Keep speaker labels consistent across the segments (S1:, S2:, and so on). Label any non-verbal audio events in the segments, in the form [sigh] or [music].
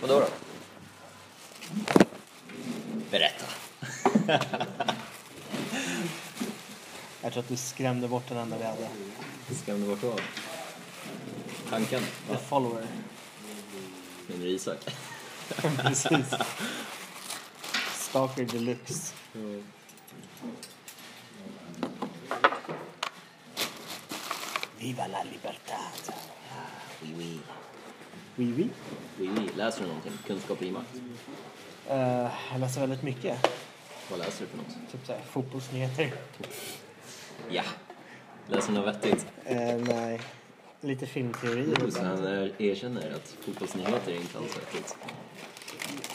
S1: Vadå då? Berätta.
S2: Jag tror att du skrämde bort den enda vi hade.
S1: Skrämde bort vad? Tanken?
S2: The
S1: Ja,
S2: follower.
S1: menar du Isak?
S2: Precis. Stalker deluxe. Viva la libertad.
S1: Oui, oui.
S2: Oui, oui.
S1: Oui, oui. Läser du någonting? Kunskap i makt?
S2: Eh, jag läser väldigt mycket.
S1: Vad läser du för något?
S2: Typ såhär fotbollsnyheter.
S1: Ja. Läser du något vettigt?
S2: Eh, nej. Lite filmteori.
S1: Så
S2: ibland.
S1: han eh, erkänner att fotbollsnyheter är inte alls vettigt.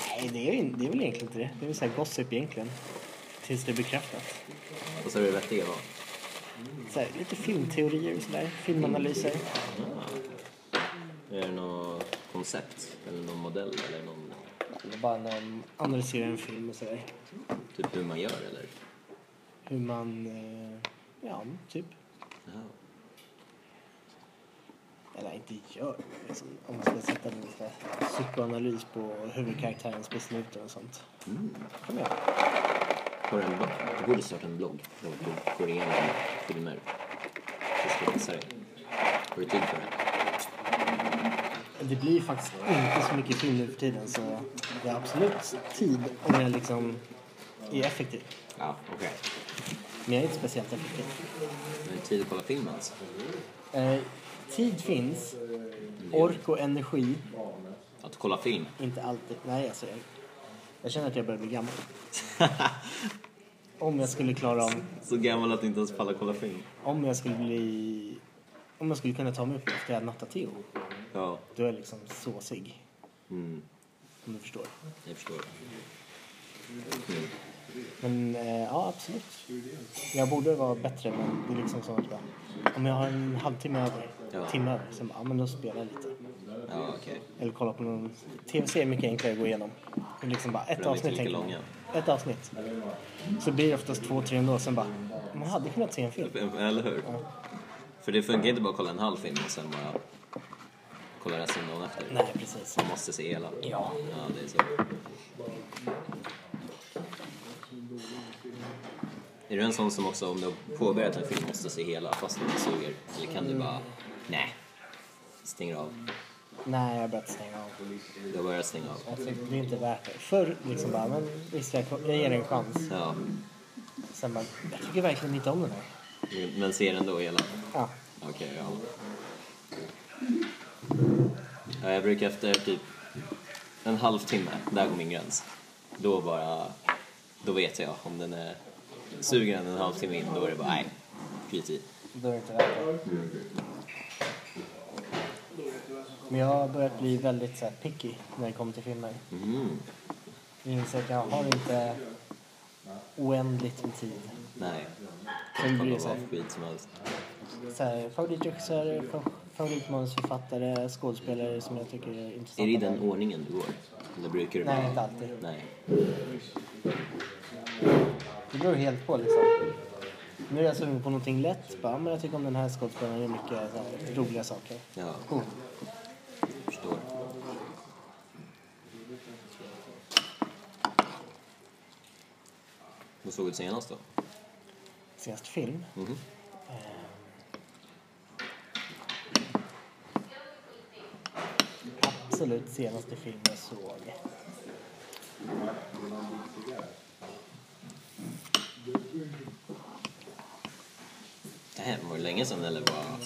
S2: Nej, det är, ju- det är väl egentligen inte det. Det är väl såhär gossip egentligen. Tills det är bekräftat.
S1: Och så är det vettiga vad?
S2: Så här, lite filmteorier och sådär. Filmanalyser.
S1: Ah. Är det något koncept? Eller någon modell? Eller någon...
S2: Eller bara när de analyserar en film och sådär.
S1: Typ hur man gör eller?
S2: Hur man... eh, Ja, typ.
S1: Jaha.
S2: Eller inte gör. Liksom, om man ska sätta en lite psykoanalys på huvudkaraktärens beslut och sånt.
S1: Mm.
S2: Kom igen.
S1: Har du en blogg? Du borde starta en blogg. Där du går igenom filmer. Jag ska visa dig. Har du tid för det?
S2: Det blir ju faktiskt inte så mycket film nu för tiden så jag har absolut tid om jag liksom är effektiv.
S1: Ja, okej.
S2: Men jag är inte speciellt effektiv.
S1: Men Har du tid att kolla film alltså. ens?
S2: Eh, tid finns. Ork och energi.
S1: Att kolla film?
S2: Inte alltid. Nej, alltså jag, jag känner att jag börjar bli gammal. om jag skulle klara av
S1: Så gammal att inte ens pallar kolla film?
S2: Om jag skulle bli... Om jag skulle kunna ta mig upp efter jag hade nattat Theo,
S1: Ja.
S2: då är jag liksom såsig.
S1: Mm,
S2: Om du förstår.
S1: jag förstår. Mm.
S2: Men eh, ja, absolut. Jag borde vara bättre, men det är liksom så att bara, om jag har en halvtimme över,
S1: Ja.
S2: timme över, så bara, ja, men då spelar jag lite.
S1: Ja, okej.
S2: Eller kolla på någon... Tv-serie är mycket enklare att gå igenom. Det är liksom bara ett
S1: De är inte
S2: avsnitt.
S1: lika
S2: tänker jag.
S1: långa.
S2: Ett avsnitt. Så blir det oftast två, tre ändå, sen bara, man hade kunnat se en film.
S1: Eller hur? För det funkar inte bara att kolla en halv film och sen bara kolla resten dagen efter.
S2: Nej, precis.
S1: Man måste se hela.
S2: Ja.
S1: Ja, det är så. Är du en sån som också om du har påbörjat en film måste se hela fast den suger? Eller kan du bara, nej, stänger av?
S2: Nej, jag har börjat stänga av.
S1: Du har börjat stänga av?
S2: Jag tycker det är inte värt det. Förr liksom bara, men visst jag, jag ger den en chans.
S1: Ja,
S2: Sen bara, jag tycker verkligen inte om den här.
S1: men ser ändå hela?
S2: Ja.
S1: Okej, ja. ja. Jag brukar efter typ en halvtimme, där går min gräns. Då bara, då vet jag om den är, suger den en halvtimme in då är det bara, nej, skit i.
S2: Då är det inte värt det. Men jag har börjat bli väldigt så här, picky när det kommer till filmer.
S1: Mm.
S2: Jag inser att jag har inte oändligt med tid.
S1: Nej.
S2: Sen
S1: Kan
S2: blir
S1: det
S2: det så
S1: vara
S2: här,
S1: skit som helst.
S2: så här, favoritregissörer, fa- favoritmanusförfattare, skådespelare som jag tycker är intressanta.
S1: Är det i den ordningen du går? Eller brukar du
S2: Nej, inte alltid.
S1: Nej.
S2: Det beror helt på liksom. Nu är jag sugen på någonting lätt. Bara, men jag tycker om den här skådespelaren gör mycket så här, roliga saker.
S1: Ja,
S2: Cool.
S1: förstår. Vad såg du senast då?
S2: Senast film. Eh,
S1: Mhm.
S2: Absolut senaste film jag såg.
S1: Nej, var det länge sedan eller bara...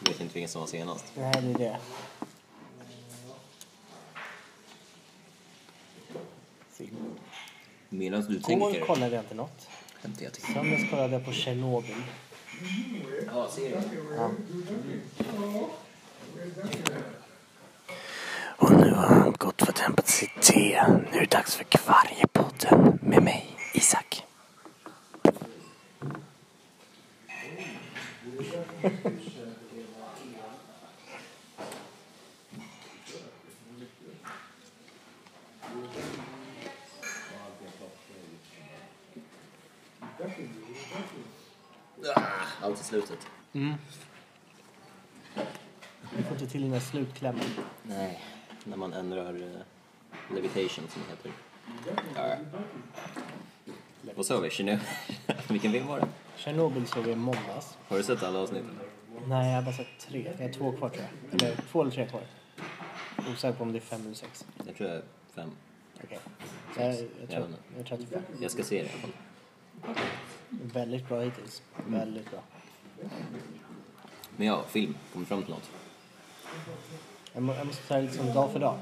S1: Jag vet inte vilken som var senast.
S2: Det här är det. Film.
S1: Medan du tänker...
S2: Igår kollade jag inte något.
S1: Hämtar jag till.
S2: Söndags kollade jag på Tjernobyl.
S1: Ja, ser
S2: Ja. Och nu har han gått för tempat sitt te. Nu är det dags för Kvarjepodden med mig, Isak.
S1: Allt i slutet.
S2: Mm. Du får inte till dina slutklämmar.
S1: Nej. när man ändrar eh, levitation som det heter. Ja. Vad sa vi? Tjernobyl? [laughs] Vilken del var det?
S2: Tjernobyl såg vi i måndags.
S1: Har du sett alla avsnitt?
S2: Nej, jag har bara sett tre. Jag har två kvar tror jag. Eller två eller tre kvar. Osäker på om det är fem eller sex.
S1: Jag tror jag är fem.
S2: Okej. Så Jag, jag,
S1: Jag vet
S2: tror,
S1: inte.
S2: jag tror att det är fem.
S1: Jag ska se det i alla fall.
S2: Väldigt bra hittills. Väldigt bra.
S1: Men ja, film. Kommer fram till något.
S2: Jag, må, jag måste säga liksom dag för dag.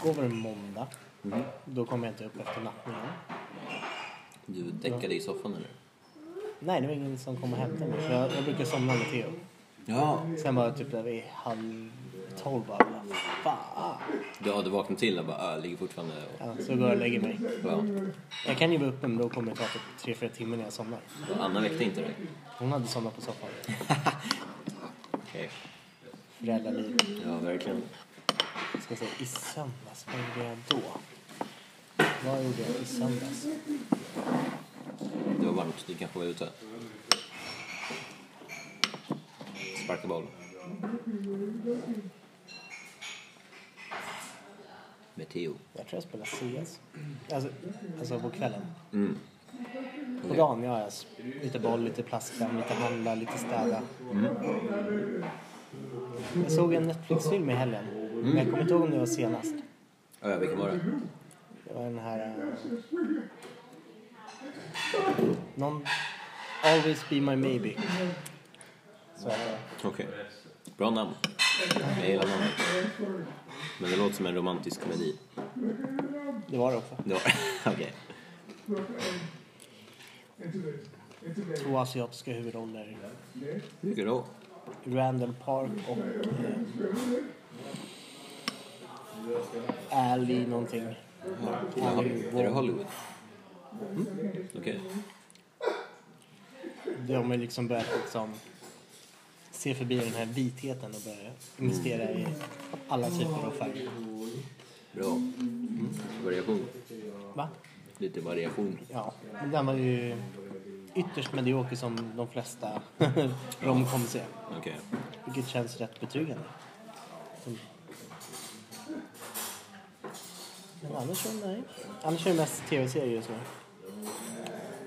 S2: Igår var det måndag.
S1: Mhm.
S2: Då kom jag inte upp efter nattningen.
S1: Du däckade i soffan eller?
S2: Nej, det var ingen som kom och hämtade mig. För jag, jag brukar somna med Theo.
S1: Ja!
S2: Sen var jag typ där vid halv tolv bara, "Vad fan.
S1: Du hade vaknat till och bara äh, ligger fortfarande och...
S2: Ja, så går jag och lägger mig.
S1: Ja.
S2: Jag kan ju vara uppe men då kommer det ta typ tre, fyra timmar när jag somnar.
S1: Och Anna väckte inte dig?
S2: Hon hade somnat på soffan.
S1: Okej.
S2: Föräldraliv.
S1: Ja, verkligen.
S2: Jag Ska säga, i söndags, vad gjorde jag då? Vad gjorde jag i söndags?
S1: Det var varmt, du kanske var ute. Sparka boll. Med Theo.
S2: Jag tror jag spelade CS. Alltså, alltså på kvällen.
S1: Mm.
S2: På dagen, ja. Jag s- lite boll, lite plaska, lite handla, lite städa. Jag såg en Netflix-film i helgen. Men jag kommer inte ihåg om det var senast.
S1: Ja, vilken var det?
S2: Det var den här... eh, Någon... Always be my maybe. Så är det.
S1: Okej. Bra namn. Jag gillar namnet. Men det låter som en romantisk komedi.
S2: Det var det också.
S1: Det var... [laughs] Okej.
S2: Två asiatiska huvudroller.
S1: Vilken då?
S2: Randall Park och... Eh, Ali någonting.
S1: Jaha, Är det Hollywood? Mm. Okej.
S2: De har ju liksom börjat liksom se förbi den här vitheten och börja investera i alla typer av färger.
S1: Bra. Mm. Variation.
S2: Va?
S1: Lite variation.
S2: Ja, men den var ju ytterst medioker som de flesta [laughs] romcoms är.
S1: Okej.
S2: Vilket känns rätt betryggande. Mm. Men annars så nej. Annars är det mest tv-serier just nu.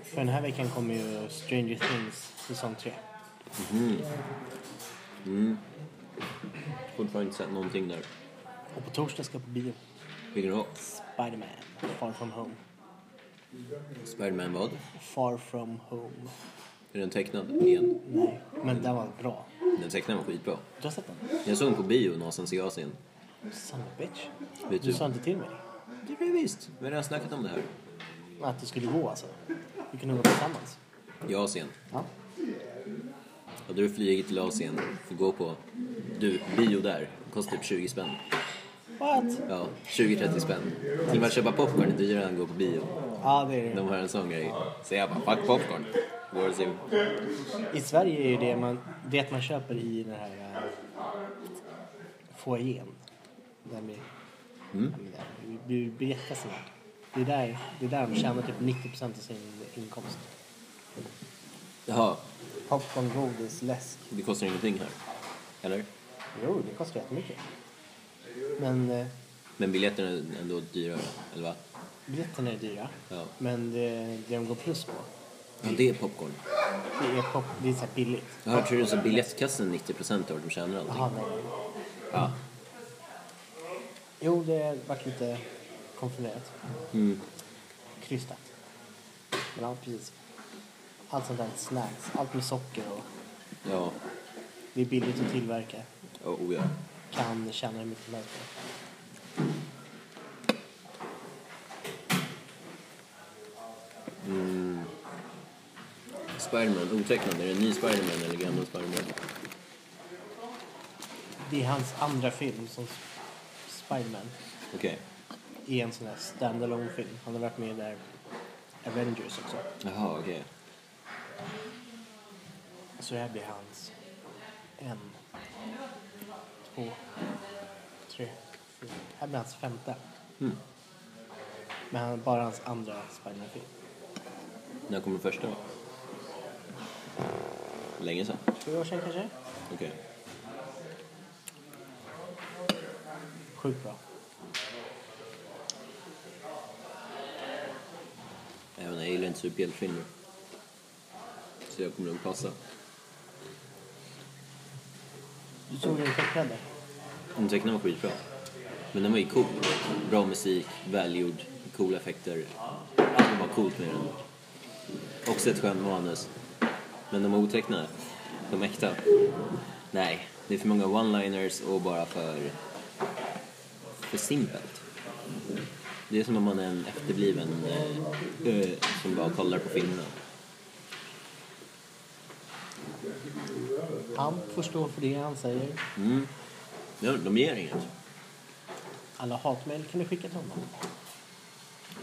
S2: För den här veckan kommer ju Stranger Things säsong 3.
S1: Fortfarande inte sett någonting där.
S2: Och på torsdag ska jag på bio.
S1: Vilken då?
S2: Spiderman, Far From Home.
S1: Spiderman vad?
S2: Far From Home.
S1: Är den tecknad igen?
S2: Nej, men den var bra.
S1: Den tecknade var skitbra.
S2: Du har sett den?
S1: Jag såg den på bio någonstans i Asien.
S2: Son of a bitch.
S1: Vet
S2: Du
S1: du?
S2: sa inte till mig
S1: Det blir visst. Vi har redan snackat om det här.
S2: att du skulle gå alltså. Vi kunde gå tillsammans.
S1: I Asien.
S2: Ja.
S1: Hade du flugit till Asien för att gå på du, bio där. Kostar typ 20 spänn.
S2: What?
S1: Ja, 20-30 spänn. Till och med att köpa popcorn är dyrare än att gå på bio.
S2: Ja, det är det.
S1: De har en sån grej. Så jag bara, fuck popcorn. Går och ser
S2: I Sverige är ju det man, det man köper i den här eh, foajén. Där med, mm. med biljettkassorna. Det är, där, det är där de tjänar typ 90 av sin inkomst.
S1: Jaha,
S2: Popcorn, godis, läsk.
S1: det kostar ingenting här. Eller?
S2: Jo, det kostar jättemycket. Men eh,
S1: Men biljetterna är ändå dyrare, eller va?
S2: biljetterna är dyra.
S1: Ja.
S2: Men det, det de går plus på,
S1: Ja, det är popcorn.
S2: det är, pop, det är så här billigt.
S1: Jag har tror du att biljettkassen 90% av vad de tjänar allting.
S2: Jaha, nej.
S1: Ja.
S2: Jo, det vart lite konfunderat.
S1: Mm.
S2: Krystat. Men ja, precis. Allt sånt där snacks. Allt med socker och
S1: Ja.
S2: det är billigt att tillverka.
S1: Ja, Oh, ja.
S2: Kan tjäna hur mycket som helst på.
S1: Spiderman, otecknad. Är det en ny Spiderman eller gammal Spiderman?
S2: Det är hans andra film som S- Spiderman.
S1: Okej.
S2: Är en sån där standalone film. Han har varit med i där Avengers också.
S1: Jaha, okej.
S2: Så det här blir hans en, två, tre, fyra. Det här blir hans femte. Men han, bara hans andra Spiderman-film.
S1: När kom den första då? Länge sedan?
S2: Två år sedan kanske?
S1: Okej.
S2: Sjukt bra.
S1: Jag, vet inte, jag gillar inte superhjältefilmer. Så jag kommer nog passa.
S2: Du såg den tecknade?
S1: Den tecknade var skitbra. Men den var ju cool. Bra musik, välgjord, coola effekter. Allt var bara coolt med den. Också ett skönt manus. Men de otecknade, de äkta. Nej, det är för många one-liners och bara för... för simpelt. Det är som om man är en efterbliven eh, ö, som bara kollar på filmerna.
S2: Han får stå för det han säger.
S1: Mm. Ja, de ger inget.
S2: Alla hatmejl kan du skicka till honom.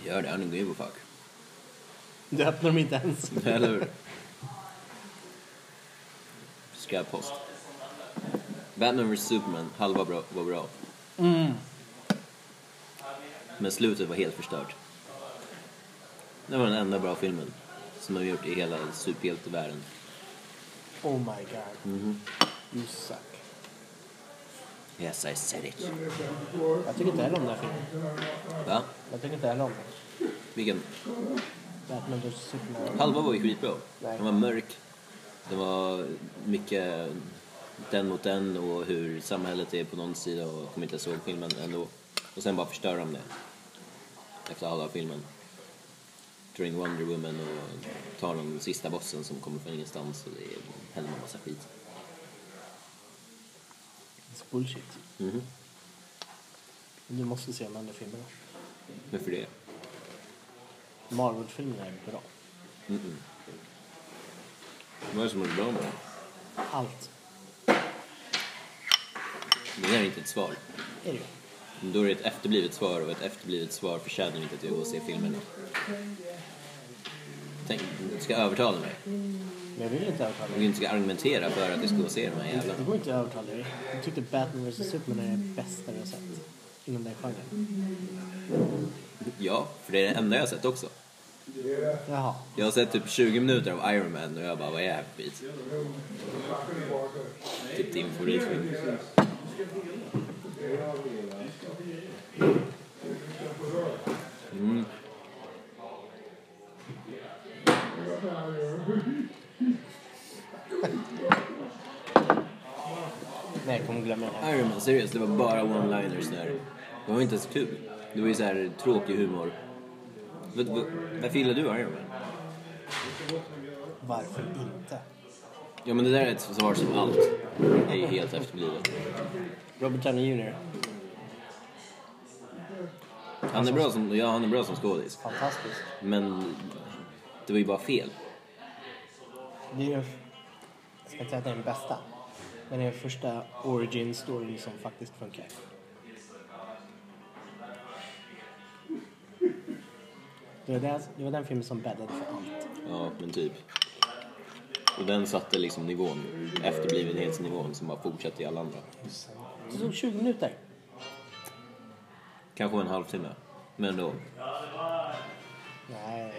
S1: Gör det, I don't give a fuck.
S2: Du öppnar dem inte ens.
S1: Eller hur? Skräppost. Batman vs Superman, halva bra, var bra.
S2: Mm.
S1: Men slutet var helt förstört. Det var den enda bra filmen som de gjort i hela superhjältevärlden.
S2: Oh my god. You suck.
S1: Yes, I said it.
S2: Jag tycker inte heller om den här filmen.
S1: Va?
S2: Jag tycker inte heller om den.
S1: Vilken?
S2: Batman vs Superman.
S1: Halva var ju skitbra.
S2: Nej.
S1: Den var mörk. Det var mycket den mot den och hur samhället är på någon sida och jag kommer inte ens ihåg filmen ändå. Och sen bara förstör de det. Efter halva filmen. Drar in Wonder Woman och tar den sista bossen som kommer från ingenstans och det händer en massa skit.
S2: It's bullshit.
S1: Mhm.
S2: Du måste se de andra filmerna.
S1: Men för det?
S2: Marvel-filmerna är bra.
S1: Vad är det som är bra med det?
S2: Allt
S1: Det där är inte ett svar.
S2: är det ju.
S1: Då är det ett efterblivet svar och ett efterblivet svar förtjänar inte att jag går och ser filmerna. Tänk, du ska övertala mig.
S2: Men jag vill inte övertala
S1: Du
S2: dig.
S1: inte ska argumentera för att jag ska gå och se de här jävla...
S2: Det går inte att övertala dig. Jag tyckte Batman vs Superman är det bästa jag har sett. Inom den genren.
S1: Ja, för det är det enda jag har sett också.
S2: Jaha.
S1: Jag har sett typ 20 minuter av Iron Man och jag bara, vad är det här för bit? Typ din favoritfilm. Mm.
S2: Nej, jag kommer glömma den här.
S1: Iron Man, seriöst, det var bara one-liners där. Det var inte ens kul. Det var ju så här tråkig humor. V- v- Varför gillar du Iron Man?
S2: Varför inte?
S1: Ja men det där är ett svar som allt. Det är ju helt efterblivet.
S2: Robert Downey Jr.
S1: Han är bra som, ja, han är bra som skådis.
S2: Fantastisk.
S1: Men det var ju bara fel.
S2: Det är ju... Jag ska inte säga att det är den bästa. Men det är den första origin storyn som faktiskt funkar. Det var, den, det var den filmen som bäddade för allt.
S1: Ja, men typ. Och den satte liksom nivån, efterblivenhetsnivån som bara fortsatte i alla andra.
S2: Det tog 20 minuter.
S1: Kanske en halvtimme, men ändå.
S2: Nej.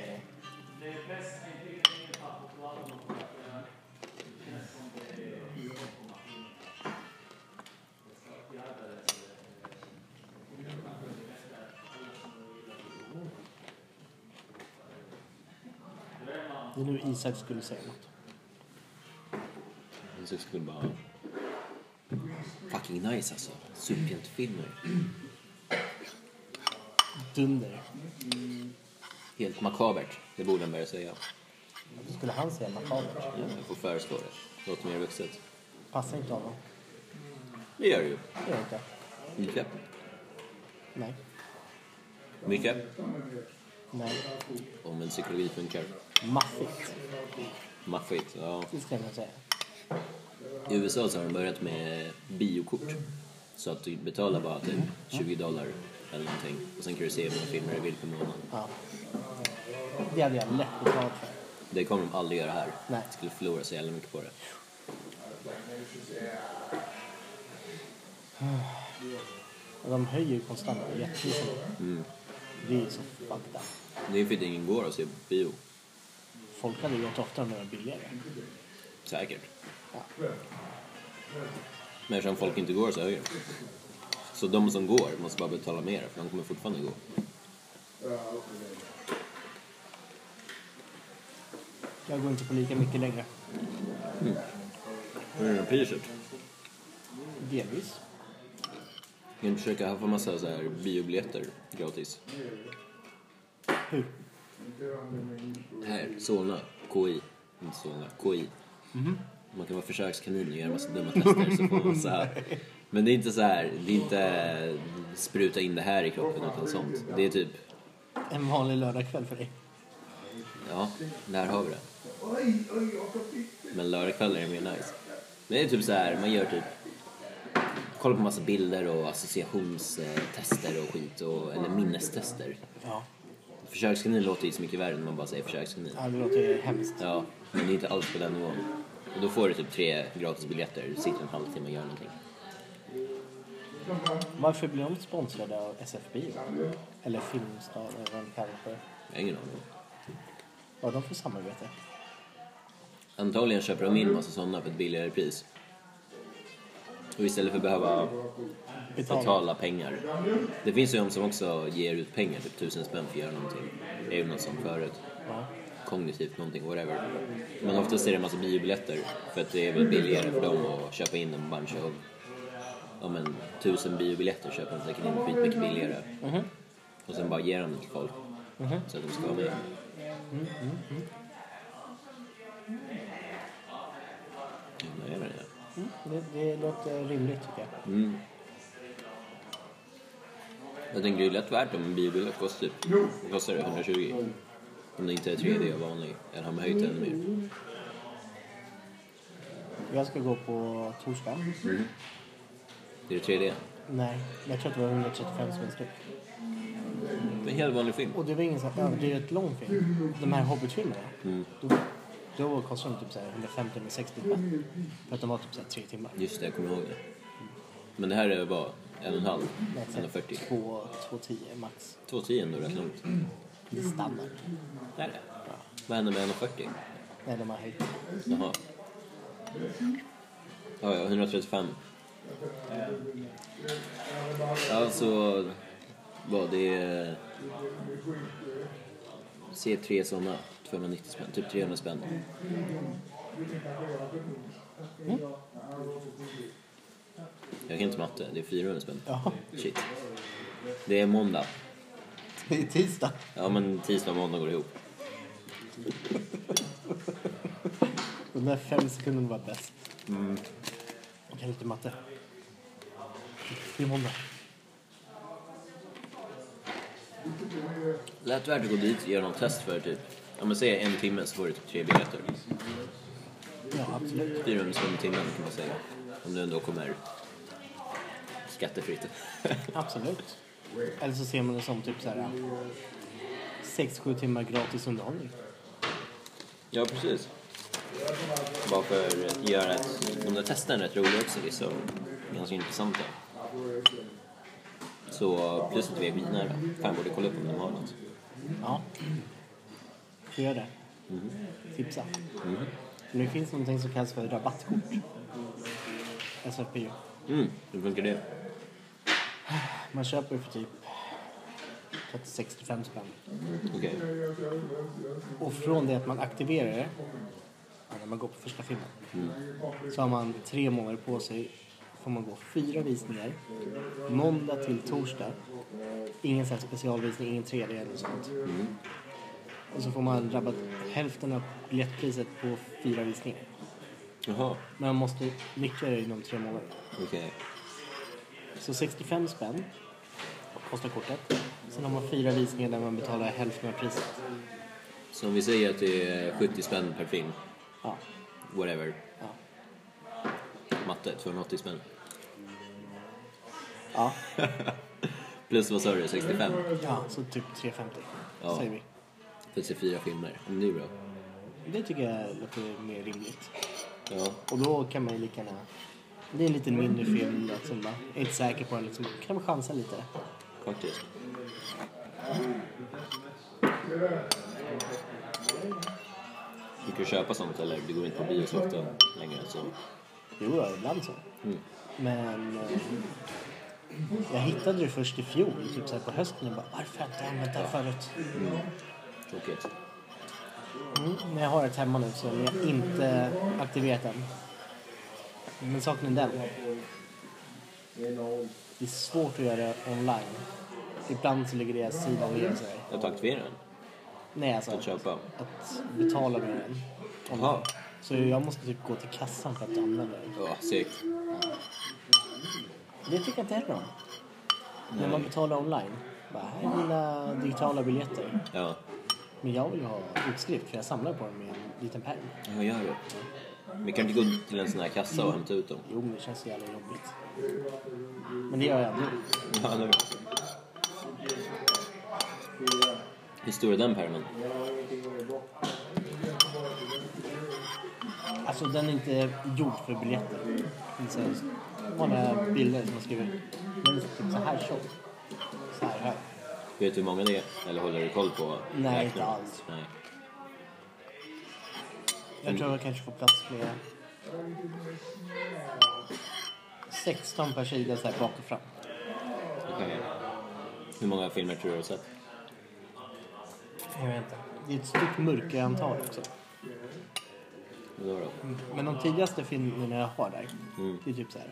S2: Det är nu Isak skulle säga något.
S1: Så jag skulle bara... Fucking nice alltså. Superhjältefilmer.
S2: Dunder.
S1: Helt makabert, det borde han börja säga.
S2: Skulle han säga makabert?
S1: Ja, jag får föreslå det. Låter mer vuxet.
S2: Passar inte honom.
S1: Det gör det ju.
S2: Det gör inte.
S1: Mikael.
S2: Nej.
S1: Mikael.
S2: Nej.
S1: Om en psykologi funkar.
S2: Maffigt.
S1: Maffigt. Ja.
S2: Det ska jag nog säga.
S1: I USA så har de börjat med biokort. Så att du betalar bara typ 20 dollar eller någonting. Och sen kan du se hur många filmer du vill på månaden.
S2: Ja. Det hade jag lätt betalt för.
S1: Det kommer de aldrig göra här.
S2: Nej.
S1: Jag skulle förlora så jävla mycket på det.
S2: Och de höjer ju konstant biljettpriserna. Det är ju så fucked up.
S1: Det är för att ingen går och ser bio.
S2: Folk hade gått oftare om det var billigare.
S1: Säkert.
S2: Ja.
S1: Men eftersom folk inte går så höjer de. Så de som går måste bara betala mer för de kommer fortfarande gå.
S2: Jag går inte på lika mycket längre.
S1: Hur är det med priset?
S2: Delvis.
S1: Kan inte försöka få massa så här biobiljetter gratis?
S2: Hur?
S1: Här, Solna, KI. Inte Solna, KI. Man kan vara försökskanin och göra massa dumma tester så får man massa... Men det är inte så här, det är inte spruta in det här i kroppen utan sånt. Det är typ,
S2: En vanlig lördagkväll för dig.
S1: ja, där har vi det. Men lördagkvällar är mer nice. Men det är typ så här, man gör typ... Kollar på massa bilder och associationstester och skit, och, eller minnestester.
S2: Ja.
S1: Försökskanin låter ju så mycket värre när man bara säger försökskanin.
S2: ja det låter ju hemskt.
S1: Ja, men det är inte alls på den nivån. Och då får du typ tre gratisbiljetter, du sitter en halvtimme och gör någonting.
S2: Varför blir de sponsrade av SFB? Eller Filmstaden eller vad de kallar det för.
S1: Jag har ingen aning.
S2: Vad har de för samarbete?
S1: Antagligen köper de in massa sådana för ett billigare pris. Och istället för att behöva betala pengar. Det finns ju de som också ger ut pengar, typ tusen spänn för att göra någonting. Jag gjorde något sånt förut.
S2: Ja.
S1: Kognitivt någonting, whatever. Men oftast är det en massa biobiljetter för att det är väl billigare för dem att köpa in en bunch av... Ja men, tusen biobiljetter köper de säkert in skitmycket billigare.
S2: Mhm.
S1: Och sen bara ger de det till folk.
S2: Mhm. Mm,
S1: Så att de ska vara med. Ja, jag vet inte.
S2: Mm. Det, det låter rimligt tycker jag.
S1: Mm. Jag tänker det är lätt värt om en biobiljett kostar typ, vad kostar det 120? Om det inte är 3D och vanlig. Eller har man höjt det ännu mer?
S2: Jag ska gå på torsdag.
S1: Det är 3D.
S2: Nej, jag tror att det var 135 som styck.
S1: Det är en helt vanlig film.
S2: Och det var ingen sån här överdrivet lång film. De här Hobbit-filmerna. Då, då kostade de typ så här 150-160 spänn. För att de var typ så här tre timmar.
S1: Just det, jag kommer ihåg det. Men det här är bara en och en halv,
S2: Nej, så här
S1: 140.
S2: två- 210 max.
S1: 2,10 är ändå rätt långt.
S2: Det är standard.
S1: Det är det. Vad händer med 140?
S2: Nej, de har höjt.
S1: Jaha. Ja, ja, 135. Alltså, vad det är... C3 sådana, 290 spänn, typ 300 spänn. Mm. Jag kan inte matte, det är 400 spänn.
S2: Ja, [laughs]
S1: Shit. Det är måndag.
S2: det är tisdag.
S1: Ja, men tisdag och måndag går ihop.
S2: De där fem sekunderna var bäst. Jag kan lite matte. Det är måndag.
S1: Lät värt att gå dit och göra något test för typ, ja men säg en timme så får du typ tre biljetter.
S2: Ja, absolut.
S1: 400 spänn i timmen kan man säga. Om du ändå kommer skattefritt.
S2: Absolut. Eller så ser man det som typ så här 6-7 timmar gratis underhållning.
S1: [laughs] ja, precis. Bara för att göra ett, de där testen är rätt roliga också, det är så ganska intressanta. Så plus att vi är skitnära. Fan, borde kolla upp om de har något.
S2: Ja. Du gör det. Tipsa. För det finns någonting som kallas för rabattkort. SFPO.
S1: Mm, hur funkar det?
S2: Man köper för typ 60-65 spänn.
S1: Okej.
S2: Och från det att man aktiverar det, ja, när man går på första filmen, så har man tre månader på sig. får man gå fyra visningar, måndag till torsdag. Ingen så här specialvisning, ingen 3D eller något sånt. Och så får man rabatt hälften av biljettpriset på fyra visningar.
S1: Jaha,
S2: Men man måste nyttja det inom tre månader.
S1: okej.
S2: Så 65 spänn kostar kortet. Sen har man fyra visningar där man betalar hälften av priset.
S1: Så om vi säger att det är 70 spänn per film,
S2: Ja,
S1: whatever.
S2: ja.
S1: Matte, 280 spänn.
S2: ja.
S1: Plus vad sa du, 65?
S2: Ja, så typ 3,50
S1: Ja.
S2: säger vi.
S1: För att se fyra filmer. Men det är bra.
S2: Det tycker jag låter mer rimligt.
S1: Ja,
S2: Och då kan man ju lika gärna... Det är en lite mindre film då, som man är inte säker på. den, Liksom, kan man chansa lite?
S1: faktiskt. Du kan köpa sånt eller det går inte på bio så ofta längre. Så.
S2: Jo, ja, ibland så.
S1: Mm.
S2: Men eh, Jag hittade det först i fjol, typ så här på hösten. Jag bara, varför har jag inte använt det här förut?
S1: Tråkigt.
S2: Mm, men jag har ett hemma nu som jag inte aktiverat än. Men saken är den. Det är svårt att göra det online. Ibland så ligger det sidan vid så här.
S1: Att aktivera den?
S2: Nej, alltså
S1: Att köpa?
S2: att betala med den.
S1: Jaha.
S2: Så jag måste typ gå till kassan för att använda den.
S1: Ja, segt.
S2: Det tycker jag inte heller om. När man betalar online. Bara, här är mina digitala biljetter.
S1: Ja.
S2: Men jag vill ju ha utskrift för jag samlar på dem i en liten pärm.
S1: Ja, gör det. Vi kan inte gå till en sån här kassa och hämta ut dem.
S2: Jo, men det känns så jävla jobbigt. Men det gör jag nu.
S1: Ja, eller hur? Hur stor är den pärmen?
S2: Alltså den är inte gjord för biljetter. Det är så här Vanliga bilder som man skriver. Den är typ så här tjock. Så här hög.
S1: Vet du hur många det är? Eller håller du koll på?
S2: Nej, inte
S1: räknaren?
S2: alls.
S1: Nej.
S2: Jag tror jag kanske får plats fler. 16 per sida så här bak och fram.
S1: Okej. Hur många filmer tror du du har sett?
S2: Jag vet inte. Det är ett stort mörkerantal också.
S1: Vadå då?
S2: Men de tidigaste filmerna jag har där,
S1: Mm.
S2: det är typ så här...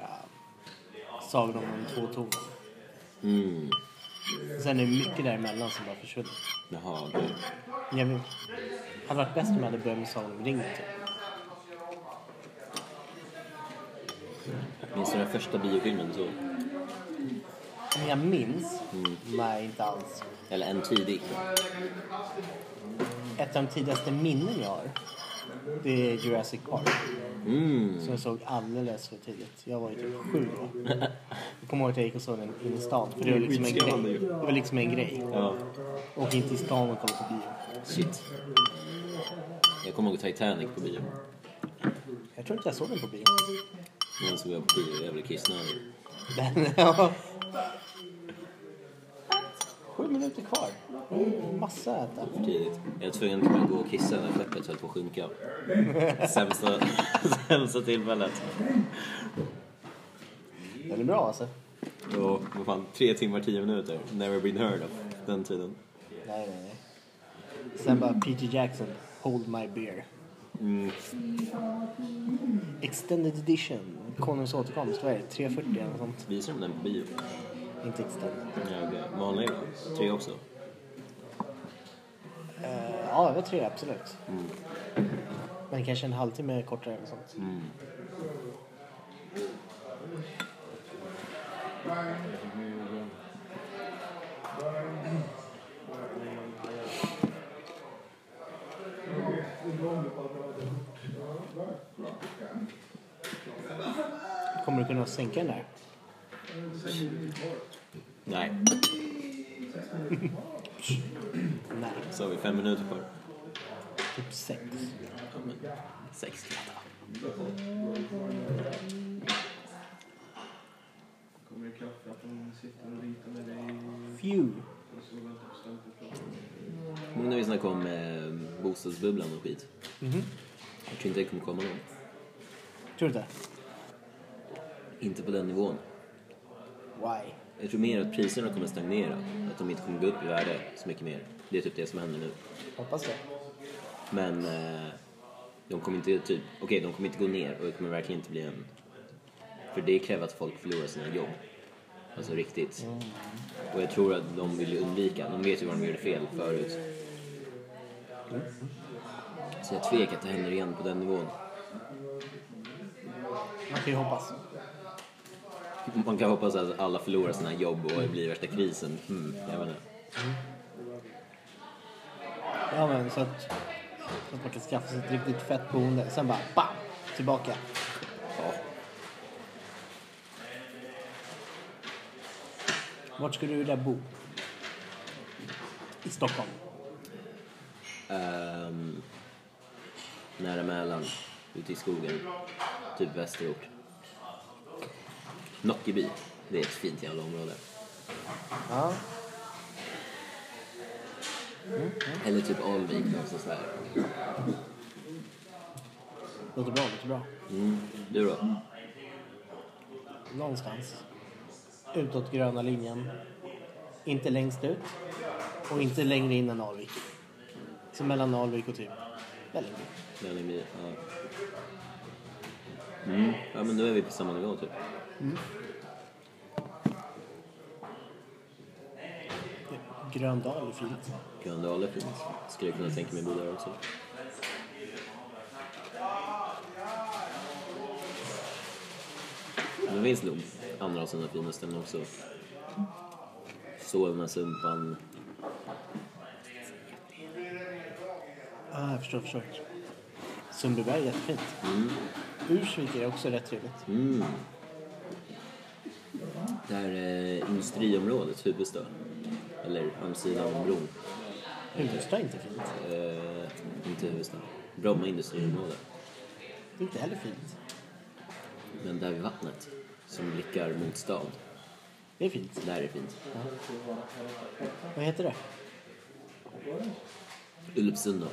S2: äh, Sagan om de två tonen.
S1: Mm.
S2: Sen är det mycket däremellan som bara försvunnit.
S1: Jaha, gud.
S2: Jag vet. hade varit bäst om jag hade börjat med Sagan om ringen. typ.
S1: Minns du den första biofilmen du såg?
S2: Om jag minns?
S1: Mm.
S2: Nej, inte alls.
S1: Eller en tidig?
S2: Ett av de tidigaste minnen jag har, det är Jurassic Park.
S1: Mm.
S2: Som jag såg alldeles för tidigt. Jag var ju typ sju år. Jag kommer ihåg att jag gick och såg den inne i stan. För det var liksom en
S1: Skitskrämmande
S2: grej.
S1: ju.
S2: Det var liksom en grej.
S1: Ja.
S2: Och inte till stan och kolla på bio.
S1: Shit. Jag kommer ihåg Titanic på bio.
S2: Jag tror inte jag såg den på bio.
S1: Den såg jag på bio, jag blev kissnödig.
S2: Den, [laughs] ja. Sju minuter kvar. Massa att äta.
S1: tidigt. Jag var tvungen att bara gå och kissa när skeppet höll på att sjunka. Sämsta, sämsta tillfället.
S2: Den är bra alltså.
S1: Och vad fan, tre timmar, tio minuter. Never been heard of. Den tiden.
S2: Nej, nej, nej. Sen bara Peter Jackson, Hold My Beer.
S1: Mm.
S2: Extended edition, Konungens återkomst, vad är det? 340 eller något sånt?
S1: Visar de den på bio?
S2: Inte extended.
S1: Ja, okej. Vanlig då? Tre också?
S2: Eh, ja, det var tre absolut. Men kanske en halvtimme kortare eller sånt. Kommer du kunna sänka den där?
S1: Nej,
S2: Nej,
S1: så har vi fem minuter kvar.
S2: typ sex.
S1: Ja, men sex kvittar.
S3: Kommer det kaffe att hon sitter och ritar med dig
S2: Phew.
S3: och så väntar på stämpelklockan?
S1: Men när vi snackade om eh, bostadsbubblan och skit. Jag tror inte det kommer komma någon.
S2: Tror du inte?
S1: Inte på den nivån.
S2: Why?
S1: Jag tror mer att priserna kommer stagnera. Att de inte kommer gå upp i värde så mycket mer. Det är typ det som händer nu.
S2: Hoppas det.
S1: Men eh, de kommer inte typ, okej de kommer inte gå ner och det kommer verkligen inte bli en... För det kräver att folk förlorar sina jobb. Alltså riktigt. Och jag tror att de vill ju undvika, de vet ju vad de gjorde fel förut. Så jag tvekar att det händer igen på den nivån.
S2: Man kan ju hoppas.
S1: Man kan hoppas att alla förlorar sina jobb och det blir värsta krisen. Mm, jag vet inte.
S2: Ja men så att, så att man kan skaffa sig ett riktigt fett boende. Sen bara BAM! Tillbaka.
S1: Ja.
S2: Vart skulle du vilja bo? I Stockholm.
S1: Ehm, nära Mälaren, ute i skogen. Typ västerort. Nockeby. Det är ett fint jävla område.
S2: Ja.
S1: Eller typ Alvik, något sånt där.
S2: Låter bra, låter bra.
S1: Mm. Du då?
S2: Någonstans. utåt gröna linjen. Inte längst ut och inte längre in än Alvik. Så mellan Alvik och typ Vällingby.
S1: Vällingby, ja. Mm. Ja men då är vi på samma nivå typ.
S2: Gröndal är fint.
S1: Gröndal är fint. Skulle kunna tänka mig bo där också. Det finns nog andra sådana fina ställen också. Solna, Sumpan.
S2: Ah, jag förstår, förstår. Sundbyberg är jättefint. Ursvik är också rätt trevligt.
S1: Mm. Det här eh, industriområdet, Huvudstad. Eller andra sidan om bron.
S2: Huvudstad är inte fint.
S1: Eh, inte Huvudstad. Bromma industriområde.
S2: Det är inte heller fint.
S1: Men där vid vattnet, som blickar mot stad.
S2: Det är fint.
S1: Där är fint.
S2: Vad heter det?
S1: Ulvsunda.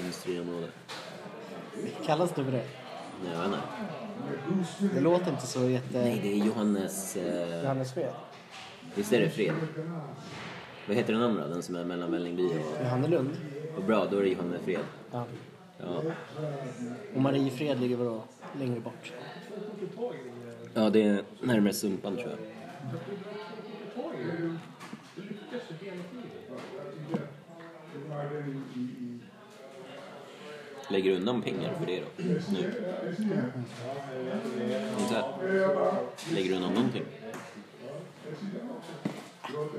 S1: Industriområde.
S2: Kallas det för det?
S1: Nej, jag vet inte.
S2: Det låter inte så
S1: Nej,
S2: jätte...
S1: det är Johannes... Eh,
S2: Johannes Fred.
S1: visst är det Fred? Vad heter den andra? Den som är mellan Vällingby och...
S2: Johanne Lund.
S1: Och bra, då är det Johannes Fred.
S2: Ja.
S1: Ja.
S2: Och Mariefred ligger vadå? Längre bort.
S1: ja, det är närmare Sumpan tror jag. Lägger du undan pengar för det då? Nu? Inte? Lägger du undan någonting?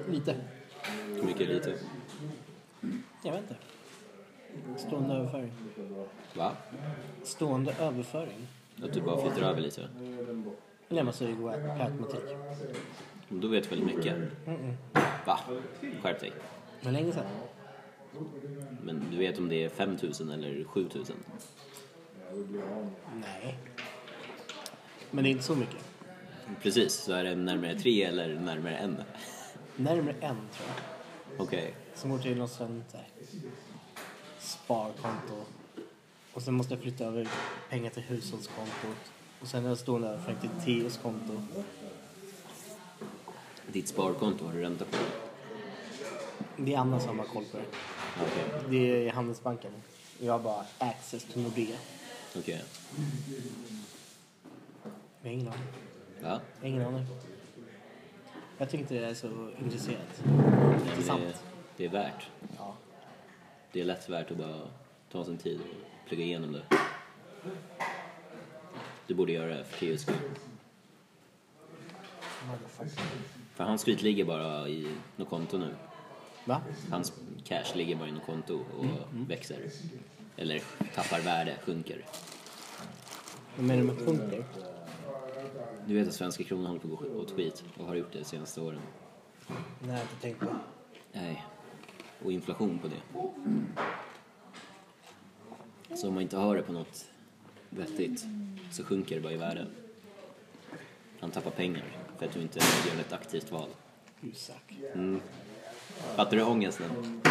S2: Lite.
S1: Hur mycket är lite?
S2: Jag vet inte. Stående överföring.
S1: Va?
S2: Stående överföring?
S1: Att du bara flyttar över lite?
S2: Nej, man säger gå ät- på automatik.
S1: Då vet du väldigt mycket. Va? Skärp dig.
S2: Men länge sedan.
S1: Men du vet om det är 5 000 eller 7 000?
S2: Nej. Men det är inte så mycket.
S1: Precis, så är det närmare 3 eller närmare 1?
S2: Närmare en, tror jag.
S1: Okej.
S2: Som går till något sånt där eh, sparkonto. Och sen måste jag flytta över pengar till hushållskontot. Och sen har jag stående överföring till Theos konto.
S1: Ditt sparkonto, har du ränta på det?
S2: Det är Anna som har koll på det.
S1: Okej.
S2: Det är Handelsbanken. Och jag har bara access to Nordea.
S1: Okej.
S2: Jag har ingen aning.
S1: Va?
S2: Jag har ingen aning. Jag tycker inte det är så intresserat.
S1: Nej, men det,
S2: Intressant.
S1: det är värt.
S2: Ja.
S1: Det är lätt värt att bara ta sin tid och plugga igenom det. Du borde göra det för Theos skull. För hans skryt ligger bara i något konto nu.
S2: Va?
S1: Hans cash ligger bara i något konto och växer. Eller tappar värde, sjunker.
S2: Vad menar du med punkter?
S1: Du vet att svenska kronan håller på att gå åt skit och har gjort det de senaste åren.
S2: Nej, jag har inte tänkt på.
S1: Nej. Och inflation på det. Så om man inte har det på något vettigt så sjunker det bara i värde. Han tappar pengar för att du inte gör ett aktivt val.
S2: Husak.
S1: Fattar du ångesten?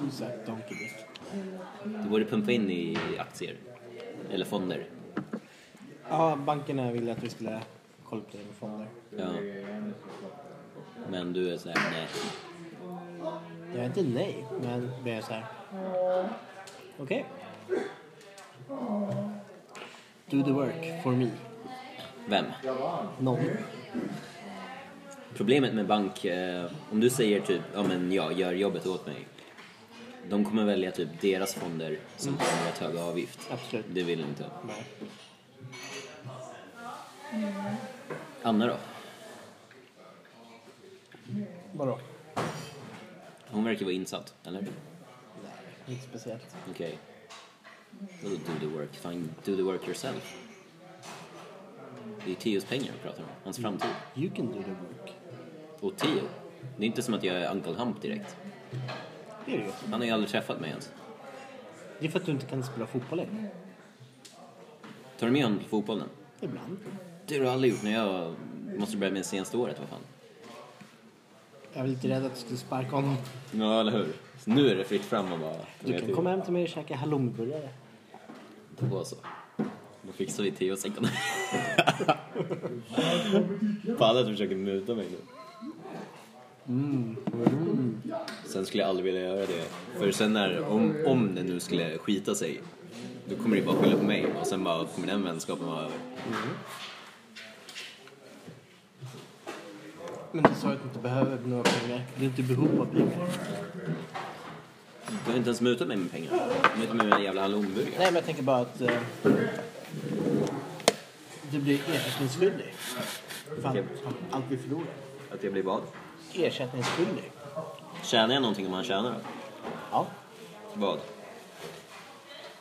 S2: Husak Donkey Dick.
S1: Du borde pumpa in i aktier. Eller fonder.
S2: Ja, bankerna ville att vi skulle kolla på det med fonder.
S1: Ja. Men du är såhär, nej.
S2: Jag är inte nej, men det är så här. Okej. Do the work for me.
S1: Vem?
S2: Någon.
S1: Problemet med bank, eh, om du säger typ, ja men jag gör jobbet åt mig. De kommer välja typ deras fonder som har en rätt hög avgift.
S2: Absolut.
S1: Det vill inte.
S2: Nej.
S1: Anna då?
S2: Vadå?
S1: Hon verkar vara insatt, eller?
S2: Nej, inte speciellt.
S1: Okej. Vadå do the work? Fan, do the work yourself. Det är Theos pengar vi pratar om, hans framtid.
S2: You can do the work.
S1: Och Theo, det är inte som att jag är Uncle Hump direkt.
S2: Det är det ju.
S1: Han har ju aldrig träffat mig ens.
S2: Det är för att du inte kan spela fotboll längre.
S1: Tar du med honom till fotbollen?
S2: Ibland.
S1: Det har du aldrig gjort när jag måste börja med det senaste året, vad fan.
S2: Jag var lite rädd att du skulle sparka honom.
S1: Ja, eller hur? Så nu är det fritt fram och bara...
S2: Du kan komma hem till mig och käka halloumiburgare.
S1: Då så. Då Då fixar vi Theos ekonomi. Fan att du försöker muta mig nu. Mm. Sen skulle jag aldrig vilja göra det. För sen när, om, om det nu skulle skita sig, då kommer det bara skylla på mig och sen bara kommer den vänskapen vara över.
S2: Men du sa att du inte behöver några pengar. Du är inte i behov av pengar.
S1: Du har inte ens mutat mig med pengar. Du mutat mig med en jävla hallonburgare.
S2: Nej, men jag tänker bara att eh, du blir ersättningsskyldig. Fan, allt vi förlorar.
S1: Att jag blir vad?
S2: Ersättningsskyldig.
S1: Tjänar jag någonting om han tjänar då?
S2: Ja,
S1: Vad?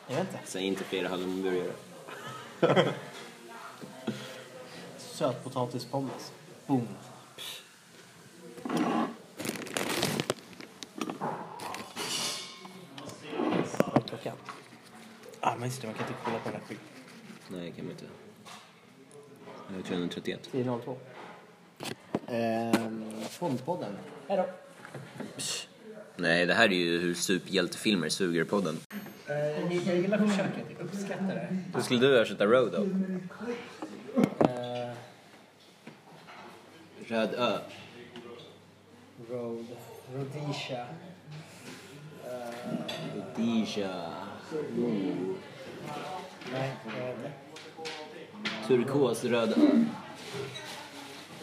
S2: jag vet inte.
S1: Säg inte flera hallonburgare.
S2: Sötpotatispommes. Boom. Vad är klockan? Ah, men just det, man kan inte kolla på den här skiten.
S1: Nej, det kan man inte. Jag är 331.
S2: 10.02. Ehm, Fondpodden. Hej då.
S1: Nej, det här är ju hur superhjältefilmer suger podden.
S2: Eh, jag gillar försöket, jag uppskattar det.
S1: Hur skulle du ersätta Road då?
S2: Eh,
S1: Röd Ö.
S2: road, Rhodesia. Eh,
S1: Odisha.
S2: nej, vad är det?
S1: Turkos Röd Ö.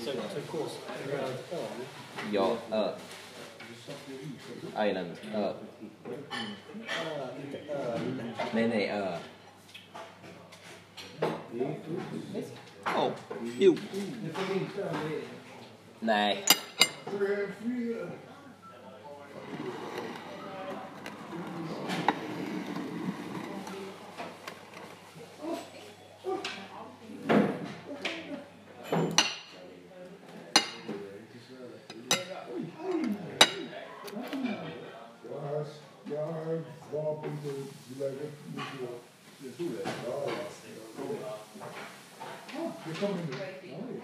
S2: Turkos, röd öl.
S1: Ja, Ö. Island Ö.
S2: Öl, inte öl.
S1: Nej, nej, Ö. Ja, jo. Nej.
S4: Jag har vapen på läget. Jag tror det. Ja, ja. Det kommer nu. Oh,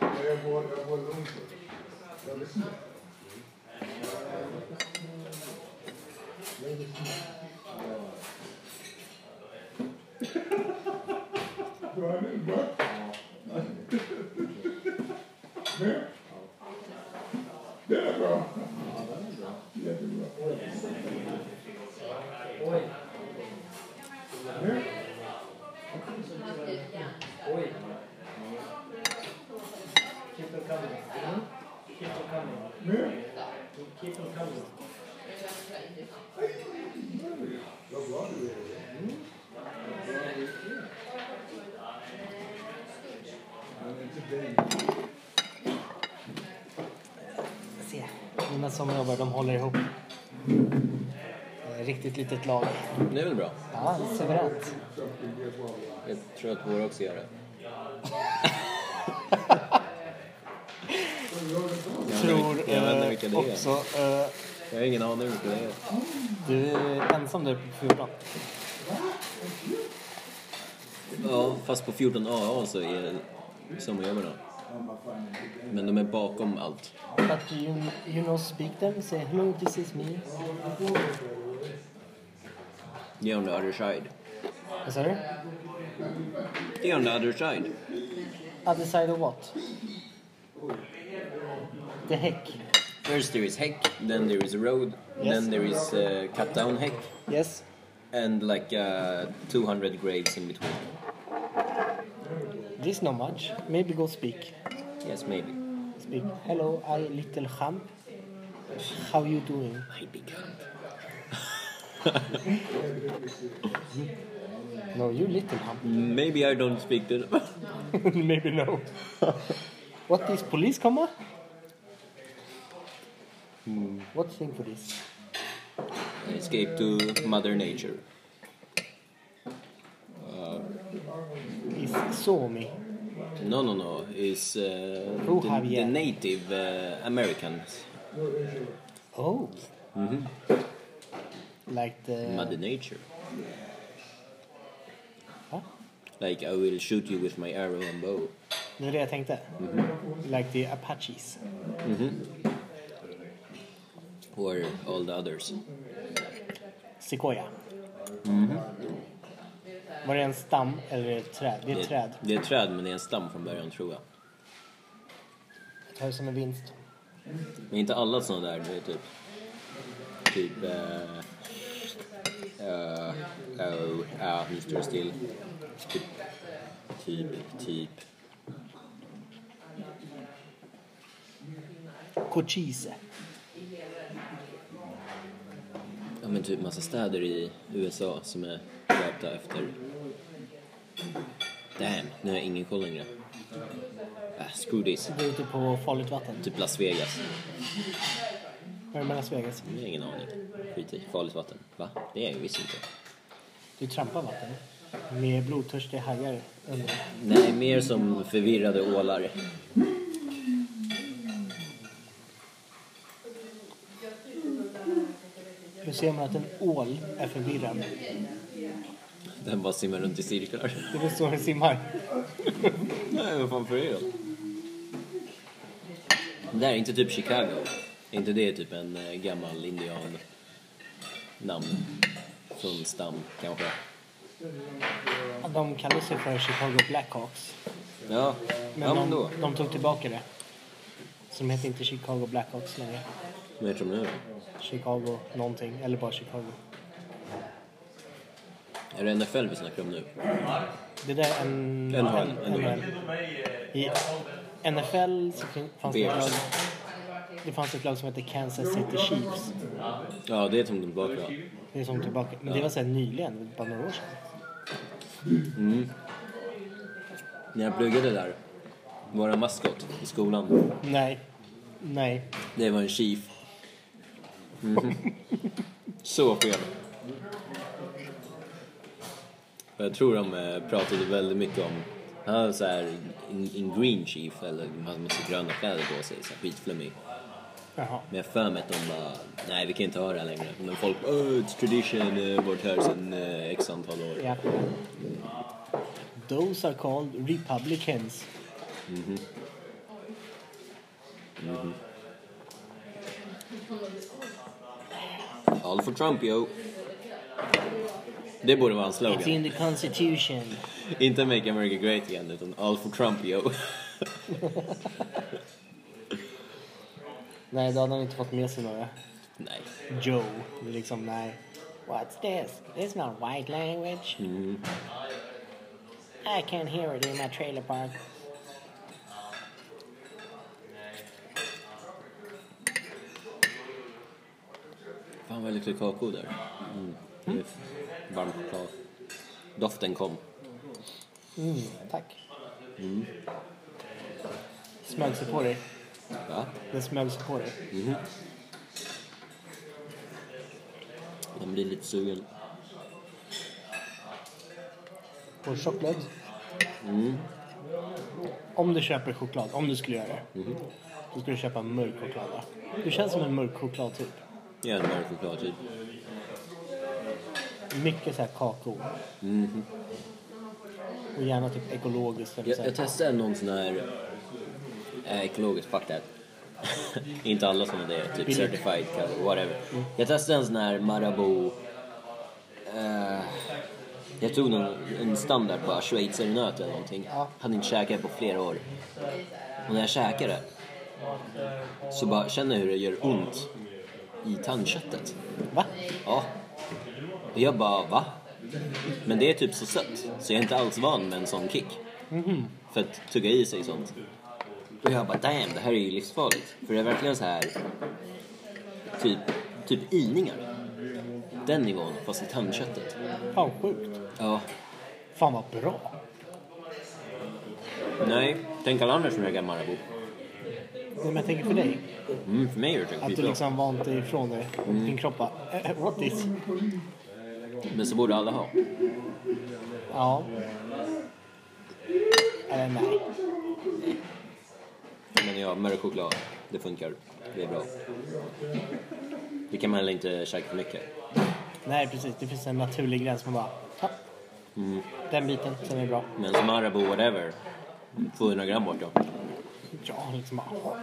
S4: Ja, Jag går, jag går långt. Jag lyssnar. Jag lyssnar. [laughs] Du har nu börjat. Det är bra. Jättebra. Nu. Nu. Vad bra du är. Men inte dig.
S2: Se, mina som jobbar, de håller ihop. Eh, Riktigt litet lag.
S1: Det är väl bra.
S2: Ja, suveränt.
S1: Jag tror att våra också gör det.
S2: Tror
S1: jag vet inte vilka
S2: eh,
S1: det är.
S2: också... Eh,
S1: Jag har ingen aning om vilka det är.
S2: du är ensam där på 14.
S1: Ja, fast på alltså, 14 AA så är sommarjobbarna. Men de är bakom allt.
S2: But you, you know speak them, say hello this is me.
S1: Det är on the other side.
S2: Vad sa du?
S1: Det är on the other side.
S2: Other side of what? The heck.
S1: First there is Heck, then there is Road,
S2: Yes.
S1: then there is uh, Cut Down Heck,
S2: Yes?
S1: and like uh, 200 grades in between.
S2: This not much. Maybe go speak.
S1: Yes, maybe.
S2: Speak. Hello, I little hump. How you doing?
S1: My big hand.
S2: No, you little hump.
S1: Maybe I don't speak to them.
S2: [laughs] Maybe no. what is police, comma? What thing for this?
S1: Escape to Mother Nature.
S2: Is Suomi.
S1: No, no, no. It's uh,
S2: Who
S1: the,
S2: have
S1: the
S2: yet?
S1: Native uh, Americans.
S2: Oh. Like the.
S1: Mother Nature.
S2: Huh?
S1: Like I will shoot you with my arrow and bow.
S2: Det är det jag tänkte. Like the Apaches.
S1: Or all the others.
S2: Sequoia. Mm-hmm. Var det en stam eller ett träd? Det är ett träd.
S1: Det är ett träd men det är en stam från början tror jag.
S2: Det här är som en vinst.
S1: Men inte alla sådana där, det är typ... Typ... Eh, eh, oh, ja, nu står det still. Typ, typ, typ.
S2: Cochise.
S1: Ja men typ massa städer i USA som är döpta efter... Damn, nu har jag ingen koll längre. Ah, screw this.
S2: Du är ute på farligt vatten.
S1: Typ Las Vegas.
S2: Vad är det med Las Vegas?
S1: Jag har ingen aning. Skit i. Farligt vatten. Va? Det är jag visst inte.
S2: Du trampar vatten. Med blodtörstiga hajar under.
S1: Nej, mer som förvirrade ålar.
S2: Hur ser man att en ål är förvirrad?
S1: Den bara simmar runt i cirklar.
S2: Det är väl så den simmar.
S1: Nej, vad fan förvirrat. Det där är inte typ Chicago. Är inte det typ en eh, gammal indian namn? Från stam, kanske.
S2: De kallar sig för Chicago Blackhawks.
S1: Ja,
S2: Men,
S1: ja men då.
S2: de, de tog tillbaka det. Så de heter inte Chicago Blackhawks längre.
S1: Vad heter de nu då?
S2: Chicago någonting, eller bara Chicago.
S1: Är det NFL vi snackar om nu?
S2: Det där är en...
S1: NHL,
S2: en-
S1: NHL.
S2: I NFL så fin- fanns det ett lag...
S1: Bears.
S2: Det fanns ett lag som hette Kansas City Chiefs.
S1: Ja, det tog de tillbaka va?
S2: Det är som tillbaka. Men det var så här nyligen, bara några år sedan.
S1: När jag pluggade där, våra maskot i skolan,
S2: Nej. Nej.
S1: det var en chief. Mhm. Så fel. Och Jag tror de eh, pratade väldigt mycket om, han hade så här en en green chief, eller han hade massa gröna kläder på sig, så här skitflummig.
S2: Jaha.
S1: Men jag har för mig att de bara, nej vi kan inte ha det här längre. Men folk, oh, it's tradition, eh, varit här sedan eh, x antal år.
S2: Ja. Those are called republicans.
S1: All for Trump yo! Det borde vara hans slogan.
S2: It's in the constitution.
S1: Inte Make America Great igen, utan All for Trump, yo.
S2: Nej, då hade han inte fått med sig några.
S1: Nej.
S2: Joe. Det är liksom, nej. What's this? This is not white language. I can't hear it in my trailer park.
S1: Fan vad det luktar kakao där. Mm. Det är Varm choklad. Doften kom.
S2: Mm, tack. Smög sig på dig.
S1: Va?
S2: Den smög sig på dig.
S1: Man blir lite sugen.
S2: På choklad. Mm. Om du köper choklad, om du skulle göra det. Då skulle du köpa mörk choklad va? Du känns som en mörk choklad typ.
S1: Ja, en mörk choklad typ.
S2: Mycket så här kakao. Mm-hmm. Och gärna typ ekologiskt. Eller
S1: Jag,
S2: så här.
S1: jag testade någon sån här... Äh, ekologiskt, fuck that. [laughs] Inte alla såna där, typ
S2: Billigt.
S1: certified, kall- whatever. Jag testade en sån här Marabou... eh, jag tog någon, en standard bara, schweizernöt eller någonting. Hade inte käkat på flera år. Och när jag käkade så bara känner jag hur det gör ont i tandköttet.
S2: Va?
S1: Ja. Och jag bara, va? Men det är typ så sött, så jag är inte alls van med en sån kick. För att tugga i sig sånt. Och jag bara, damn, det här är ju livsfarligt. För det är verkligen så här, typ, typ ilningar. Den nivån, fast i tandköttet.
S2: Fan sjukt.
S1: Ja.
S2: Fan vad bra.
S1: Nej, tänk alla andra som röker Marabou.
S2: Nej, men jag tänker för dig.
S1: Mm, för mig är det
S2: Att du
S1: skitbra.
S2: liksom vant dig ifrån det. Din kropp bara, eh, what this?
S1: Men så borde alla ha.
S2: Ja. Eller nej.
S1: Men ja, mörk choklad, det funkar. Det är bra. Det kan man heller inte käka för mycket.
S2: Nej precis, det finns en naturlig gräns. Man bara, "Ja, den biten, sen är det bra.
S1: Men som Marabou whatever, 200 gram bort ja.
S2: Ja, liksom bara.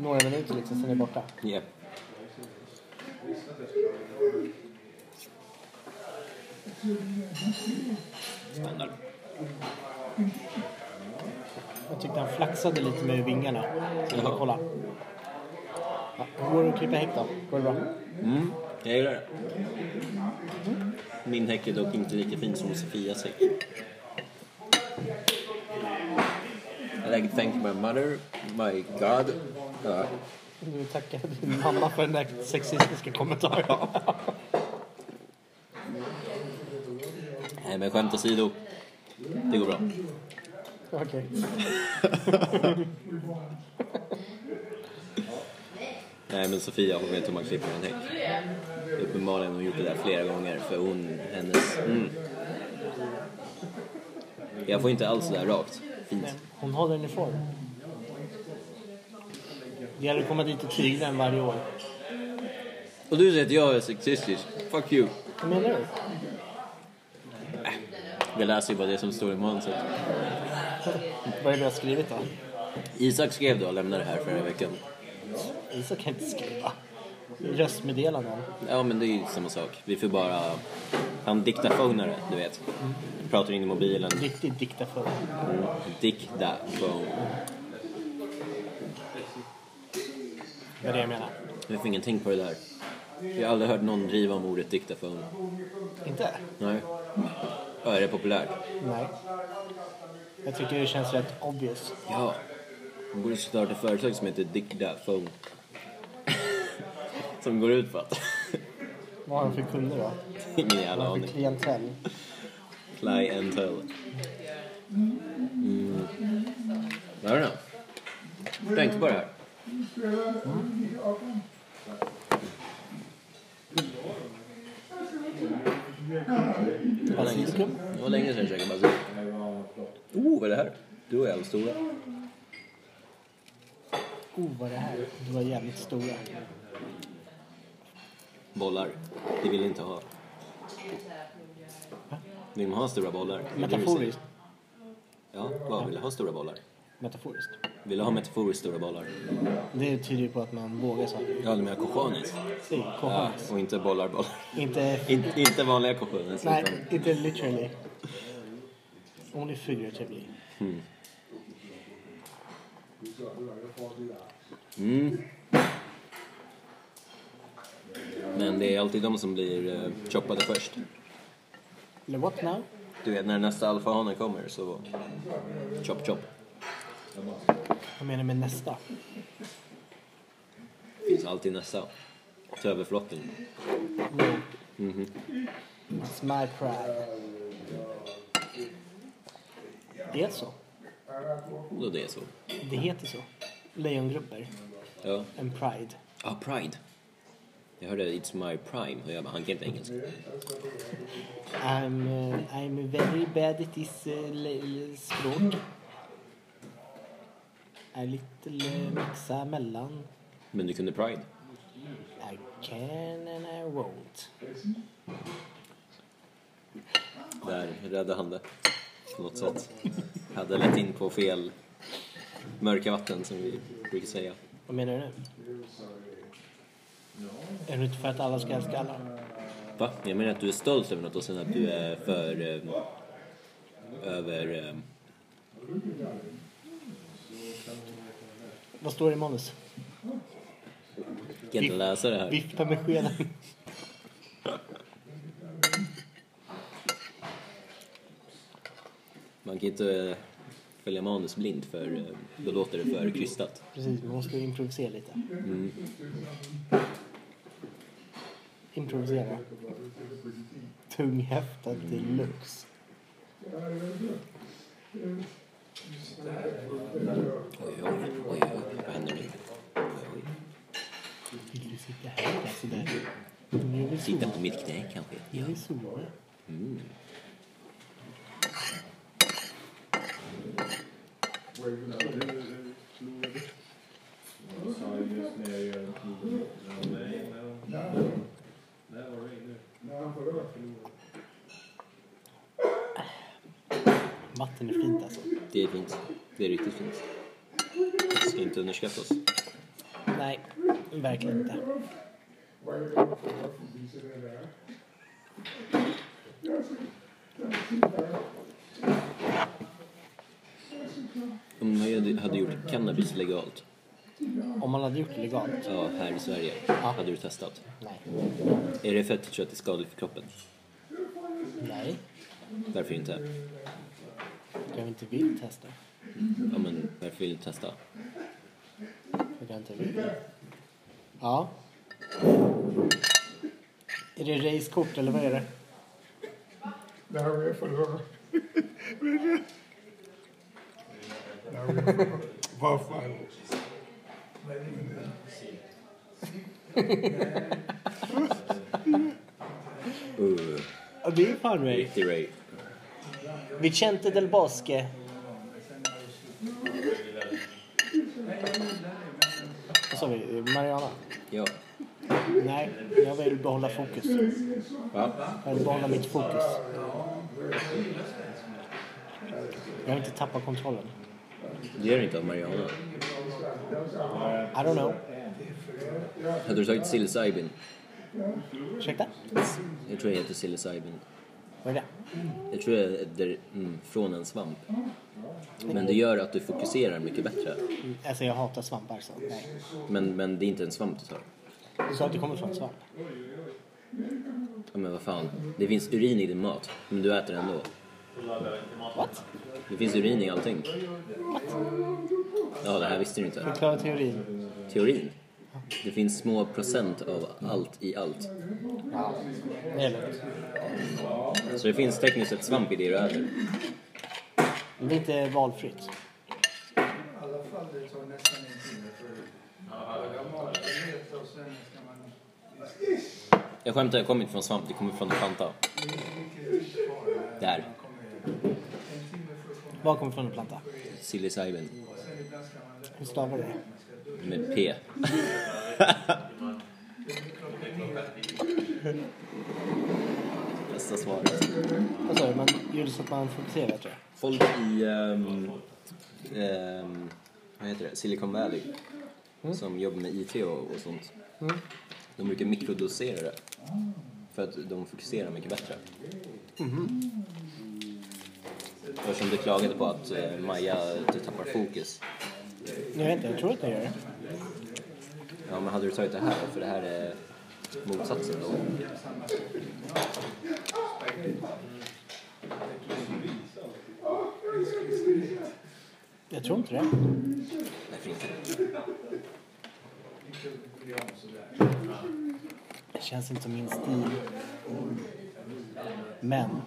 S2: Några minuter liksom, sen är det borta.
S1: Ja. Standard.
S2: Jag tyckte han flaxade lite med vingarna. Så jag vill kolla. Ja, hur går det att klippa häck då? Går det bra?
S1: Mm, jag gillar det. Min häck är dock inte lika fin som Sofias häck. I like to thank my mother, my god. Uh,
S2: Du tackar din mamma för den där sexistiska kommentaren.
S1: nej men skämt åsido, det går bra.
S2: [laughs] Okej.
S1: Nej men Sofia hon vet hur man klipper en häck. Uppenbarligen har hon gjort det där flera gånger för hon, hennes... Mm. Jag får inte alls det där rakt. Fint.
S2: Hon håller den i form. Det gäller att komma dit och tygla den varje år.
S1: Och du säger att jag är sexistisk. Fuck you.
S2: Vad menar du?
S1: Jag läser ju bara det som står i manuset.
S2: Vad är det du har skrivit då?
S1: Isak skrev då och lämnade det här förra veckan.
S2: Isak kan inte skriva. Röstmeddelanden.
S1: Ja men det är ju samma sak. Vi får bara... Han diktafonare, du vet. Pratar in i mobilen.
S2: Riktigt diktafon.
S1: Diktafon.
S2: Det är det jag menar.
S1: Jag får ingenting på det där. Jag har aldrig hört någon driva om ordet diktafon.
S2: Inte?
S1: Nej. Ja, är det populärt?
S2: Nej. Jag tycker det känns rätt obvious.
S1: Ja. Man borde starta ett företag som heter Diktafon. [laughs] som går ut på att...
S2: Vad har han för kunder då?
S1: Ingen jävla
S2: Vad har han
S1: aning.
S2: för klientell?
S1: Clientele. Mm. I don't know. Tänkte på det här. Det var länge sedan, det var länge sedan jag käkade basilika. Oh, vad är det här? Du och jag är stora.
S2: Oh, vad är det här? Du var jävligt stora.
S1: Bollar. Det vill inte ha. Vill man ha stora bollar? Det är det du
S2: Metaforiskt.
S1: säger. Ja, vad? Vill du ha stora bollar?
S2: Metaforiskt.
S1: Vill du ha metaforiskt stora bollar?
S2: Det tyder ju på att man vågar saker.
S1: Ja, du menar cojones?
S2: Si,
S1: Ja,
S2: cojones.
S1: och inte bollar, bollar.
S2: Inte...
S1: [laughs] In, inte vanliga cojones. utan
S2: Nej, inte literally. Only figuratively.
S1: Mm. Men det är alltid de som blir eh, choppade först.
S2: Eller what now?
S1: Du vet, när nästa alfahane kommer så... Chop, chop.
S2: Vad menar du med nästa?
S1: Finns alltid nästa. Töverflotten.
S2: No. That's my pride. Det är så.
S1: Då det är så.
S2: Det heter så. Lejongrupper.
S1: Ja.
S2: En pride.
S1: Ah, pride. Jag hörde It's my prime och jag bara, han kan inte engelska.
S2: I'm, uh, I'm very bad at this uh, le- le- språk. Är lite uh, mixa mellan.
S1: Men du kunde pride.
S2: I can and I won't.
S1: Där räddade han det. På något sätt. Hade lett in på fel mörka vatten som vi brukar säga.
S2: Vad menar du nu? Är det inte för att alla ska älska alla?
S1: Va? Jag menar att du är stolt över något och sen att du är för... Eh, över... Eh,
S2: Vad står det i manus?
S1: kan inte läsa det här.
S2: Vifta med skeden.
S1: Man kan inte eh, följa manus blind för eh, då låter det för krystat.
S2: Precis, man måste improvisera lite. Improvisera. Tunghäfta deluxe.
S1: Oj, oj, oj, oj, vad händer nu? Oj,
S2: Vill du sitta här och sådär? Nu är vi
S1: oj. Sitta
S2: sola.
S1: på mitt knä kanske?
S2: Nu är vi sola. Vatten är fint alltså.
S1: Det är fint. Det är riktigt fint. Det ska inte underskattas.
S2: Nej, verkligen inte.
S1: Om man hade- hade gjort cannabis legalt
S2: Om man hade gjort det legalt?
S1: ja, här i Sverige, hade du testat?
S2: Nej.
S1: Är det för att du tror att det är skadligt för kroppen?
S2: Nej.
S1: Varför inte?
S2: För jag inte vill testa.
S1: Ja, men varför vill du testa?
S2: För jag inte vill. Ja. Är det racekort eller vad är det?
S4: Det här är förlorare. Det här är förlorare. Vad fan.
S1: Uh,
S2: Ja, det är fan race.
S1: riktig Ray.
S2: Vicente del Bosque. Vad sa vi? Mariana?
S1: Ja.
S2: Nej, jag vill behålla fokus.
S1: Va?
S2: Jag vill behålla mitt fokus. Jag vill inte tappa kontrollen.
S1: Det gör du inte av Mariana.
S2: I don't know.
S1: Hade du tagit psilocybin?
S2: Ursäkta?
S1: Jag tror det heter psilocybin.
S2: Vad är
S1: Jag tror det är där, mm, från en svamp. Men det gör att du fokuserar mycket bättre.
S2: det? Alltså jag hatar svampar så nej.
S1: Men, men det är inte en svamp du tar.
S2: Du sa att det kommer från svamp.
S1: Ja, men vad fan. Det finns urin i din mat, men du äter ändå.
S2: What?
S1: Det finns urin i allting. Ja, det här visste du inte.
S2: Förklara teorin.
S1: Teorin. Det finns små procent av allt i allt.
S2: Ja. Det är lugnt.
S1: Så det finns tekniskt sett svamp i det du äter.
S2: Men det är inte valfritt.
S5: I alla fall, det tar nästan en timme för att laga maträtt och sen ska man...
S1: Jag skämtar, jag kommer inte från svamp, det kommer från Fanta. Där.
S2: Vad kommer från en planta?
S1: Psilocybin.
S2: Hur stavar du det?
S1: Med P. [laughs] Bästa svaret.
S2: Vad sa du? Man gör det så att man fokuserar tror jag.
S1: Folk i... ehm, ehm, vad heter det? Silicon Valley. Som jobbar med IT och, och sånt. De brukar mikrodosera det. För att de fokuserar mycket bättre. Och som du klagade på att eh, Maja, du tappar fokus.
S2: Jag vet inte, jag tror att jag gör det.
S1: Ja, men hade du tagit det här? För det här är motsatsen då.
S2: Jag tror inte det.
S1: Därför inte.
S2: Det känns inte som min stil. Men.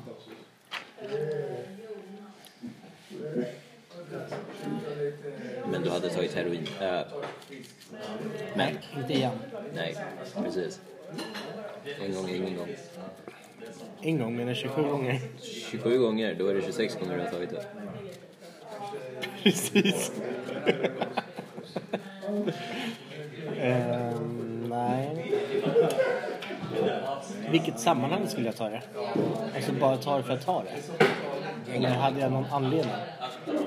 S1: Men du hade tagit heroin. Äh,
S2: Nej, inte igen.
S1: nej, precis. En gång, ingen gång.
S2: En gång men 27 gånger.
S1: 27 gånger, då är det 26 gånger du har tagit det.
S2: Precis. Ehm, nej. I vilket sammanhang skulle jag ta det? Alltså bara ta det för att ta det? Eller hade jag någon anledning?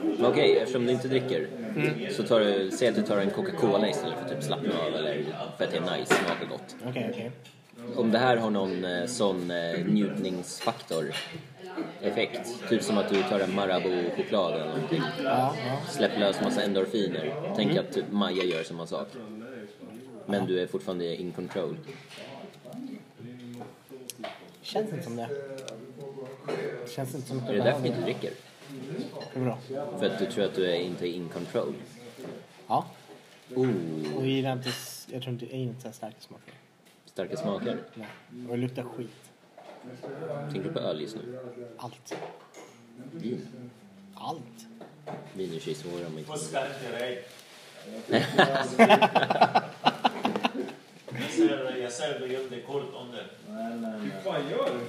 S1: Men okej, eftersom du inte dricker
S2: Mm.
S1: så tar du, säg att du tar en Coca-Cola istället för att typ slappna av eller för att det är nice, smakar gott.
S2: Okej, okej.
S1: Om det här har någon eh, sån eh, njutningsfaktor effekt, typ som att du tar en Marabou-choklad eller någonting.
S2: Ja, ja. Mm.
S1: Släpp lös massa endorfiner. Tänk att typ Maja gör samma sak. Men du är fortfarande in control.
S2: Känns inte som det. Känns inte som att
S1: Är
S2: jag
S1: det
S2: behöver
S1: därför du inte
S2: det.
S1: dricker?
S2: Det är bra.
S1: För att du tror att du är inte in control?
S2: Ja.
S1: Oh,
S2: Och jag gillar inte, jag tror inte, jag gillar inte så här starka smaker.
S1: starka smaker.
S2: Nej. Och det luktar skit.
S1: Tänker du på öl just nu?
S2: Allt.
S1: Vin.
S2: Allt.
S1: Vin är ju svårare om inte...
S6: Jag ser du gömde kort om det.
S3: Hur fan Typ, gör du?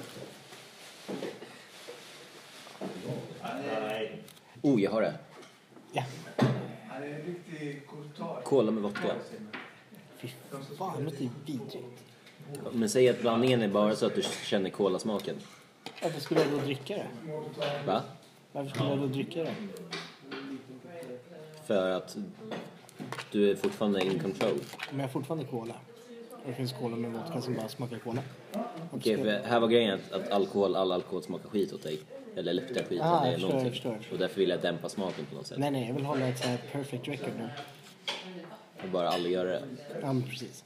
S6: Nej.
S1: Oh, jag har det.
S2: Ja.
S5: Han är en riktig kultar.
S1: Cola med vodka.
S2: Fy fan, det låter ju vidrigt.
S1: Men säg att blandningen är bara så att du känner kolasmaken.
S2: Varför skulle jag då dricka det?
S1: Va?
S2: Varför skulle jag då dricka det?
S1: För att du är fortfarande in control.
S2: Om jag fortfarande cola. Och det finns cola med vodka som bara smakar cola.
S1: Okej, för här var grejen att, att alkohol, all alkohol smakar skit åt dig. Eller luktar skit
S2: Ah,
S1: åt dig
S2: jag
S1: eller
S2: förstår,
S1: någonting.
S2: jag förstår, jag förstår.
S1: Och därför vill jag dämpa smaken på något sätt.
S2: Nej, nej, jag vill hålla ett så här perfect record nu.
S1: Och bara aldrig göra det.
S2: Ja, men precis.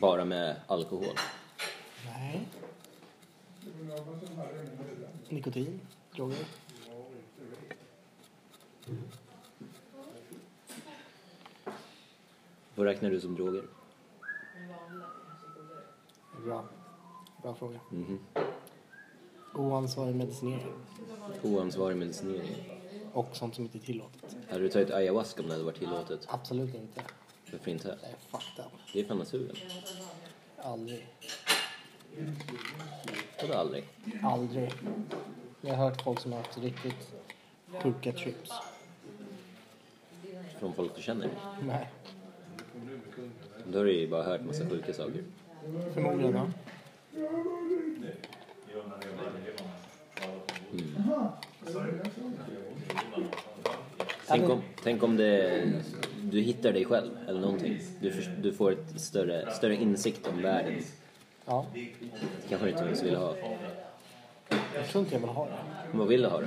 S1: Bara med alkohol.
S2: Nej. Nikotin, droger.
S1: Vad räknar du som droger?
S2: Bra. Bra fråga.
S1: Mhm.
S2: Oansvarig medicinering
S1: Oansvarig medicinering.
S2: och sånt som inte är tillåtet.
S1: Hade du tagit ayahuasca om det hade varit tillåtet?
S2: Absolut inte.
S1: Varför inte?
S2: Nej, fucked up.
S1: Det är fan naturen.
S2: Aldrig.
S1: Vadå aldrig?
S2: Aldrig. Jag har hört folk som har haft riktigt sjuka trips.
S1: Från folk du känner?
S2: Nej,
S1: Då har du ju bara hört massa sjuka saker.
S2: förmodligen. Ja.
S1: Tänk om, tänk om det, du hittar dig själv eller någonting. Du, för, du får ett större, större insikt om världen.
S2: ja.
S1: Det kanske du inte ens ville ha.
S2: Jag tror inte jag vill ha det.
S1: Men vad vill du ha då?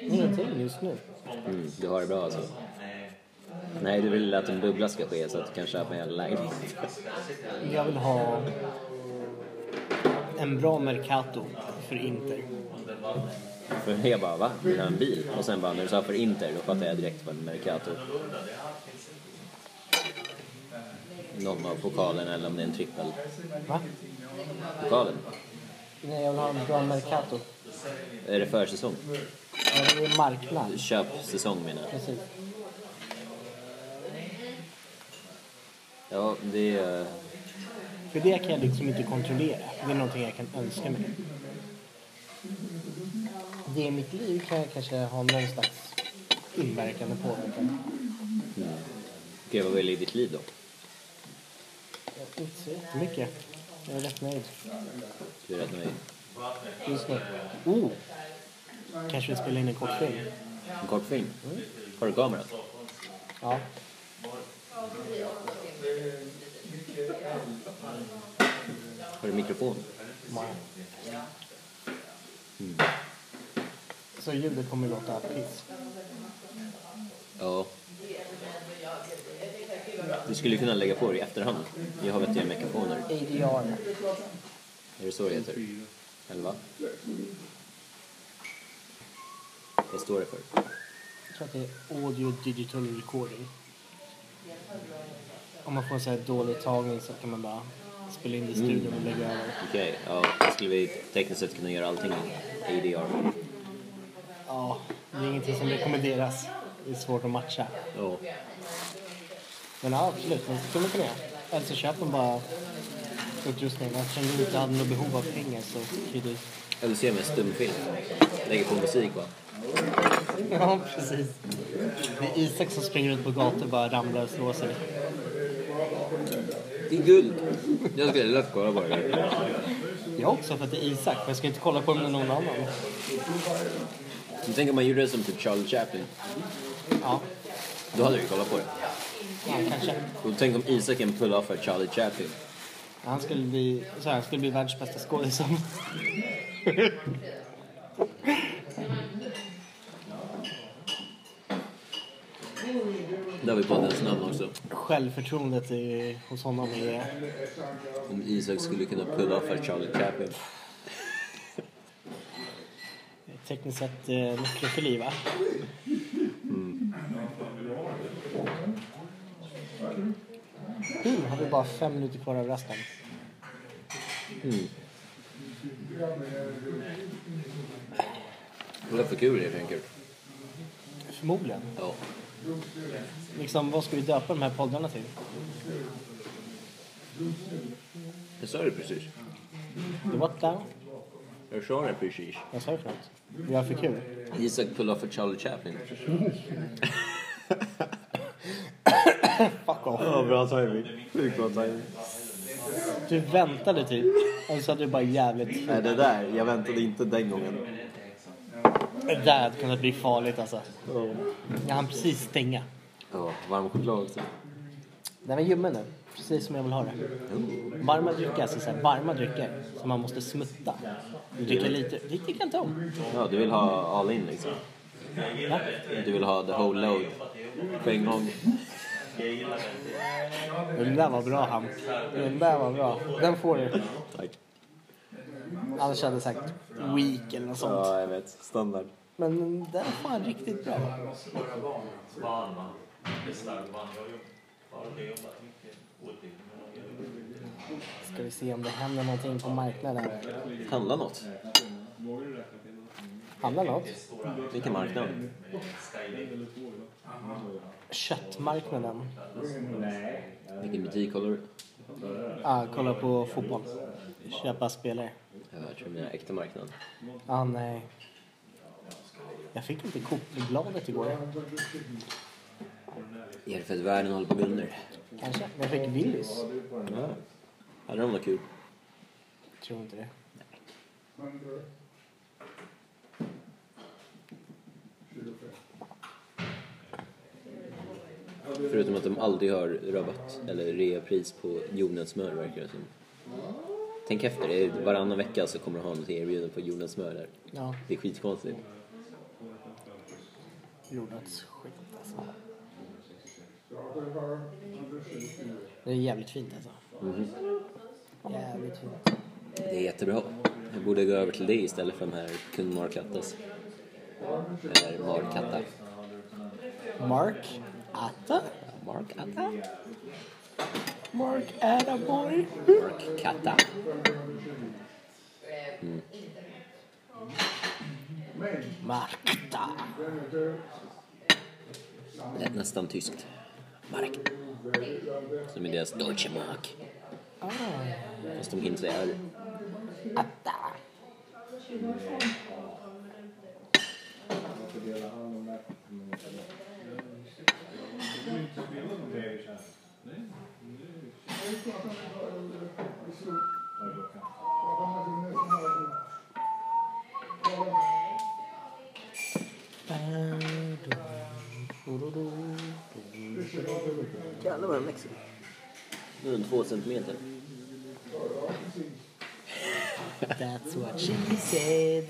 S2: Ingenting just nu.
S1: Mm, du har det bra alltså? Nej, du vill att en bubbla ska ske så att du kan köpa en jävla lägenhet.
S2: Jag vill ha en bra Mercato för Inter.
S1: För jag bara, va? Vill du ha en bil? Och sen bara, när du sa för Inter, då fattade jag direkt vad en Mercato. Någon av pokalerna eller om det är en trippel.
S2: Va?
S1: Pokalen?
S2: Nej, jag vill ha en bra Mercato.
S1: Är det försäsong?
S2: Ja, det är marknad.
S1: Köpsäsong menar jag.
S2: Precis.
S1: Ja, det är... eh,
S2: För det kan jag liksom inte kontrollera. Det är någonting jag kan önska mig. Det i mitt liv kan jag kanske ha någon slags inverkan och påverkan.
S1: Okej, vad vill du i ditt liv då?
S2: Jag inte så jättemycket. Jag är rätt nöjd
S1: Du är rätt nöjd.
S2: just nu. Oh! Kanske vi spelar in en kortfilm?
S1: En kortfilm? Har du kamera?
S2: Ja.
S1: Har du mikrofon?
S2: Bara. Så ljudet kommer låta piss.
S1: Ja. Du skulle kunna lägga på det i efterhand. Jag har vettiga mikrofoner.
S2: ADR.
S1: Är det så det heter? Eller va? Vad står det för?
S2: Jag tror att det är audio digital recording. Om man får en så här dålig tagning så kan man bara spela in det i studion och lägga över.
S1: Okej, ja, då skulle vi tekniskt sett kunna göra allting i ADR.
S2: Ja, det är ingenting som rekommenderas. Det är svårt att matcha.
S1: Ja.
S2: Men ja, absolut, men det skulle man kunna göra. Eller så köper man bara utrustningen. Eftersom vi inte hade något behov av pengar så fick du...
S1: Eller se med stumfilm. Lägger på musik va?
S2: [laughs] Ja, precis. Det är Isak som springer runt på gator och bara ramlar och slår sig.
S1: Det är guld! Jag skulle lätt kolla på det.
S2: Jag också för att det är Isak, men jag ska inte kolla på det med någon annan.
S1: Men tänk om man gjorde det som typ Charlie Chaplin.
S2: Ja,
S1: Då hade du ju kollat på det.
S2: ja kanske.
S1: Och tänk om Isak är en pull-off av Charlie Chaplin.
S2: Han skulle bli, så här, han skulle bli världens bästa skådis.
S1: Där har vi poddens namn också.
S2: Självförtroendet i, hos honom är...
S1: Om Isak skulle kunna pull-off av Charlie Chaplin.
S2: Tekniskt sett eh, nekrofili, va? Mm, har vi bara fem minuter kvar av rasten?
S1: Det är för kul helt enkelt.
S2: Förmodligen.
S1: Ja.
S2: Liksom, vad ska vi döpa de här poddarna till?
S1: Jag sa det precis.
S2: The What Down?
S1: Jag sa det precis.
S2: Vad sa du för något? Vi har för kul.
S1: Isak pull-off av Charlie Chaplin.
S2: Fuck off.
S1: Ja, bra timing. Sjukt bra timing.
S2: Du väntade typ. Och så hade du bara jävligt...
S1: Nej, det där. Jag väntade inte den gången.
S2: Det där hade kunnat bli farligt alltså.
S1: Ja.
S2: Jag hann precis stänga.
S1: Ja, varm choklad också.
S2: Den var ljummen nu, precis som jag vill ha det. Varma drycker, alltså så här, varma drycker som man måste smutta. Dricka lite, det tycker jag inte om.
S1: Ja, du vill ha all in liksom? Du vill ha the whole load på en gång?
S2: Den där var bra Hamp. Den där var bra. Den får du.
S1: Tack.
S2: Annars hade jag sagt week eller något sånt.
S1: Ja, jag vet. Standard.
S2: Men den är fan riktigt bra.
S6: Barn, va? Det är slarvbarn. Jag har ju- har aldrig jobbat mycket åt det. men jag gör det.
S2: Ska vi se om det händer någonting på marknaden.
S1: Handla något.
S3: Vågar du räkna till något?
S2: Handlar något?
S6: Det är stora
S1: Vilken marknad?
S6: med skyline.
S3: Eller två idag?
S2: Köttmarknaden.
S1: Vilken butik håller du?
S2: Ah, kolla på fotboll. Köpa spelare.
S1: Jag tror mina äkta marknad.
S2: Ah, nej. Jag fick inte Coop-bladet igår.
S1: Är det för att världen håller på att gå under?
S2: Kanske. Men jag fick Willys.
S1: Ja. Hade de något kul?
S2: Tror inte det.
S1: Förutom att de aldrig har rabatt eller reapris på jordnötssmör verkar det som. Tänk efter, det är varannan vecka så kommer du ha något erbjudande på jordnötssmör där.
S2: Ja,
S1: Det är skitkonstigt.
S2: jordnötsskit alltså. Det är jävligt fint alltså. Jävligt fint.
S1: Det är jättebra. Jag borde gå över till det istället för de här Kung Markattas. Eller Markatta.
S2: Mark Atta?
S1: Markatta?
S2: Mark Attaboy?
S1: Markatta.
S2: Mark Atta.
S1: Lät nästan tyskt. Mark. Som i deras Deutsche Mark.
S2: Ah,
S1: Fast de kan inte säga R.
S2: Atta. Jävlar vad den växer.
S1: Nu är den två centimeter.
S2: That's what she said.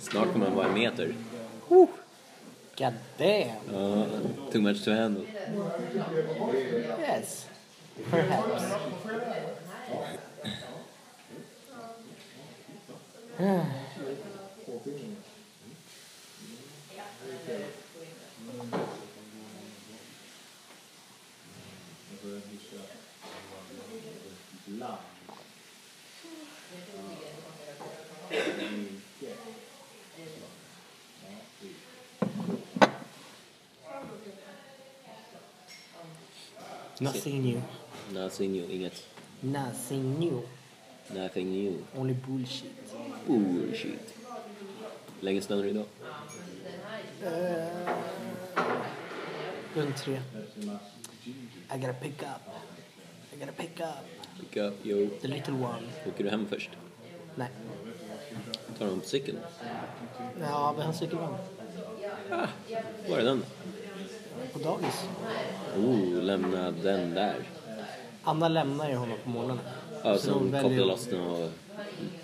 S1: Snart kommer den vara en meter.
S2: Woo. God damn.
S1: Ja, too much to handle.
S2: Yes. Perhaps. Nothing new.
S1: Nothing new, inget.
S2: Nothing new.
S1: Nothing new.
S2: Only bullshit.
S1: Bullshit. Hur länge snöade det idag?
S2: Runt tre. I gotta pick up. I gotta pick up.
S1: Pick up, yo.
S2: The little one.
S1: Åker du hem först?
S2: Nej.
S1: Tar de på cykeln?
S2: Ja, vi har en cykelvagn.
S1: Var är den?
S2: På dagis.
S1: Oh, lämna den där.
S2: Anna lämnar ju honom på morgonen.
S1: Ja,
S2: de
S1: sen
S2: väljer-
S1: kopplar loss den och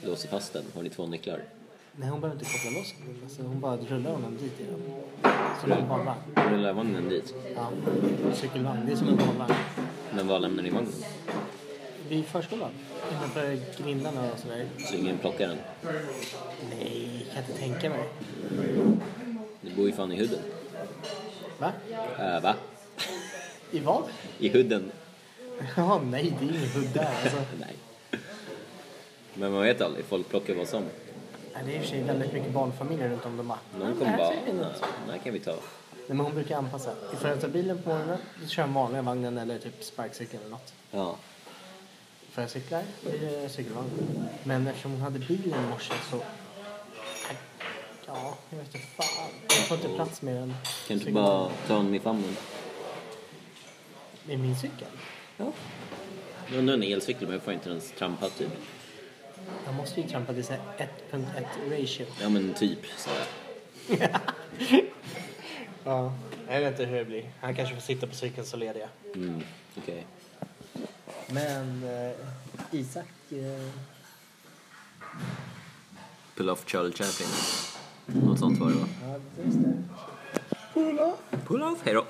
S1: låser fast den. Har ni två nycklar?
S2: Nej, hon behöver inte koppla loss honom. Alltså, hon bara rullar honom dit i den. Som en barnvagn.
S1: Rullar vagnen dit?
S2: Ja. Cykelvagn. Det är som en barnvagn.
S1: Men vad lämnar ni i vagnen?
S2: Vid förskolan. Innanför grindarna och sådär.
S1: Så ingen plockar den?
S2: Nej, jag kan inte tänka mig.
S1: Ni bor ju fan i hudden.
S2: Va?
S1: Äh, va?
S2: I vad? [laughs]
S1: I hudden?
S2: Ja, nej, det är ingen hund där alltså.
S1: Nej. Men man vet aldrig, folk plockar vad som.
S2: Nej, det är i och för sig väldigt mycket barnfamiljer runt om de bara...
S1: Någon
S2: "Ja, men
S1: kommer
S2: här
S1: bara,
S2: ser vi något."
S1: "Ja, den här kan vi ta.
S2: Nej, men hon brukar anpassa. Ifall jag tar bilen på morgonen, då kör jag vanliga vagnen eller typ sparkcykeln eller något.
S1: Ja,
S2: Ifall jag cyklar, då är det cykelvagnen. Men eftersom hon hade bilen i morse så... Ja, jag vet inte fan. Jag får inte plats med den.
S1: kan du inte
S2: cykeln.
S1: bara ta honom i famnen?
S2: Med min cykel?
S1: Ja. Nu har en elcykel men jag får inte ens trampa typ.
S2: Jag måste ju trampa till så här 1.1 ratio.
S1: Ja men typ sådär.
S2: Ja. Jag vet inte hur det blir. Han kanske får sitta på cykeln så lediga.
S1: Mm, okej.
S2: Men eh, Isak... Eh,
S1: Pull off Charlie Chaplin. Något sånt var det va?
S2: ja, just det.
S1: Pull off, hejdå.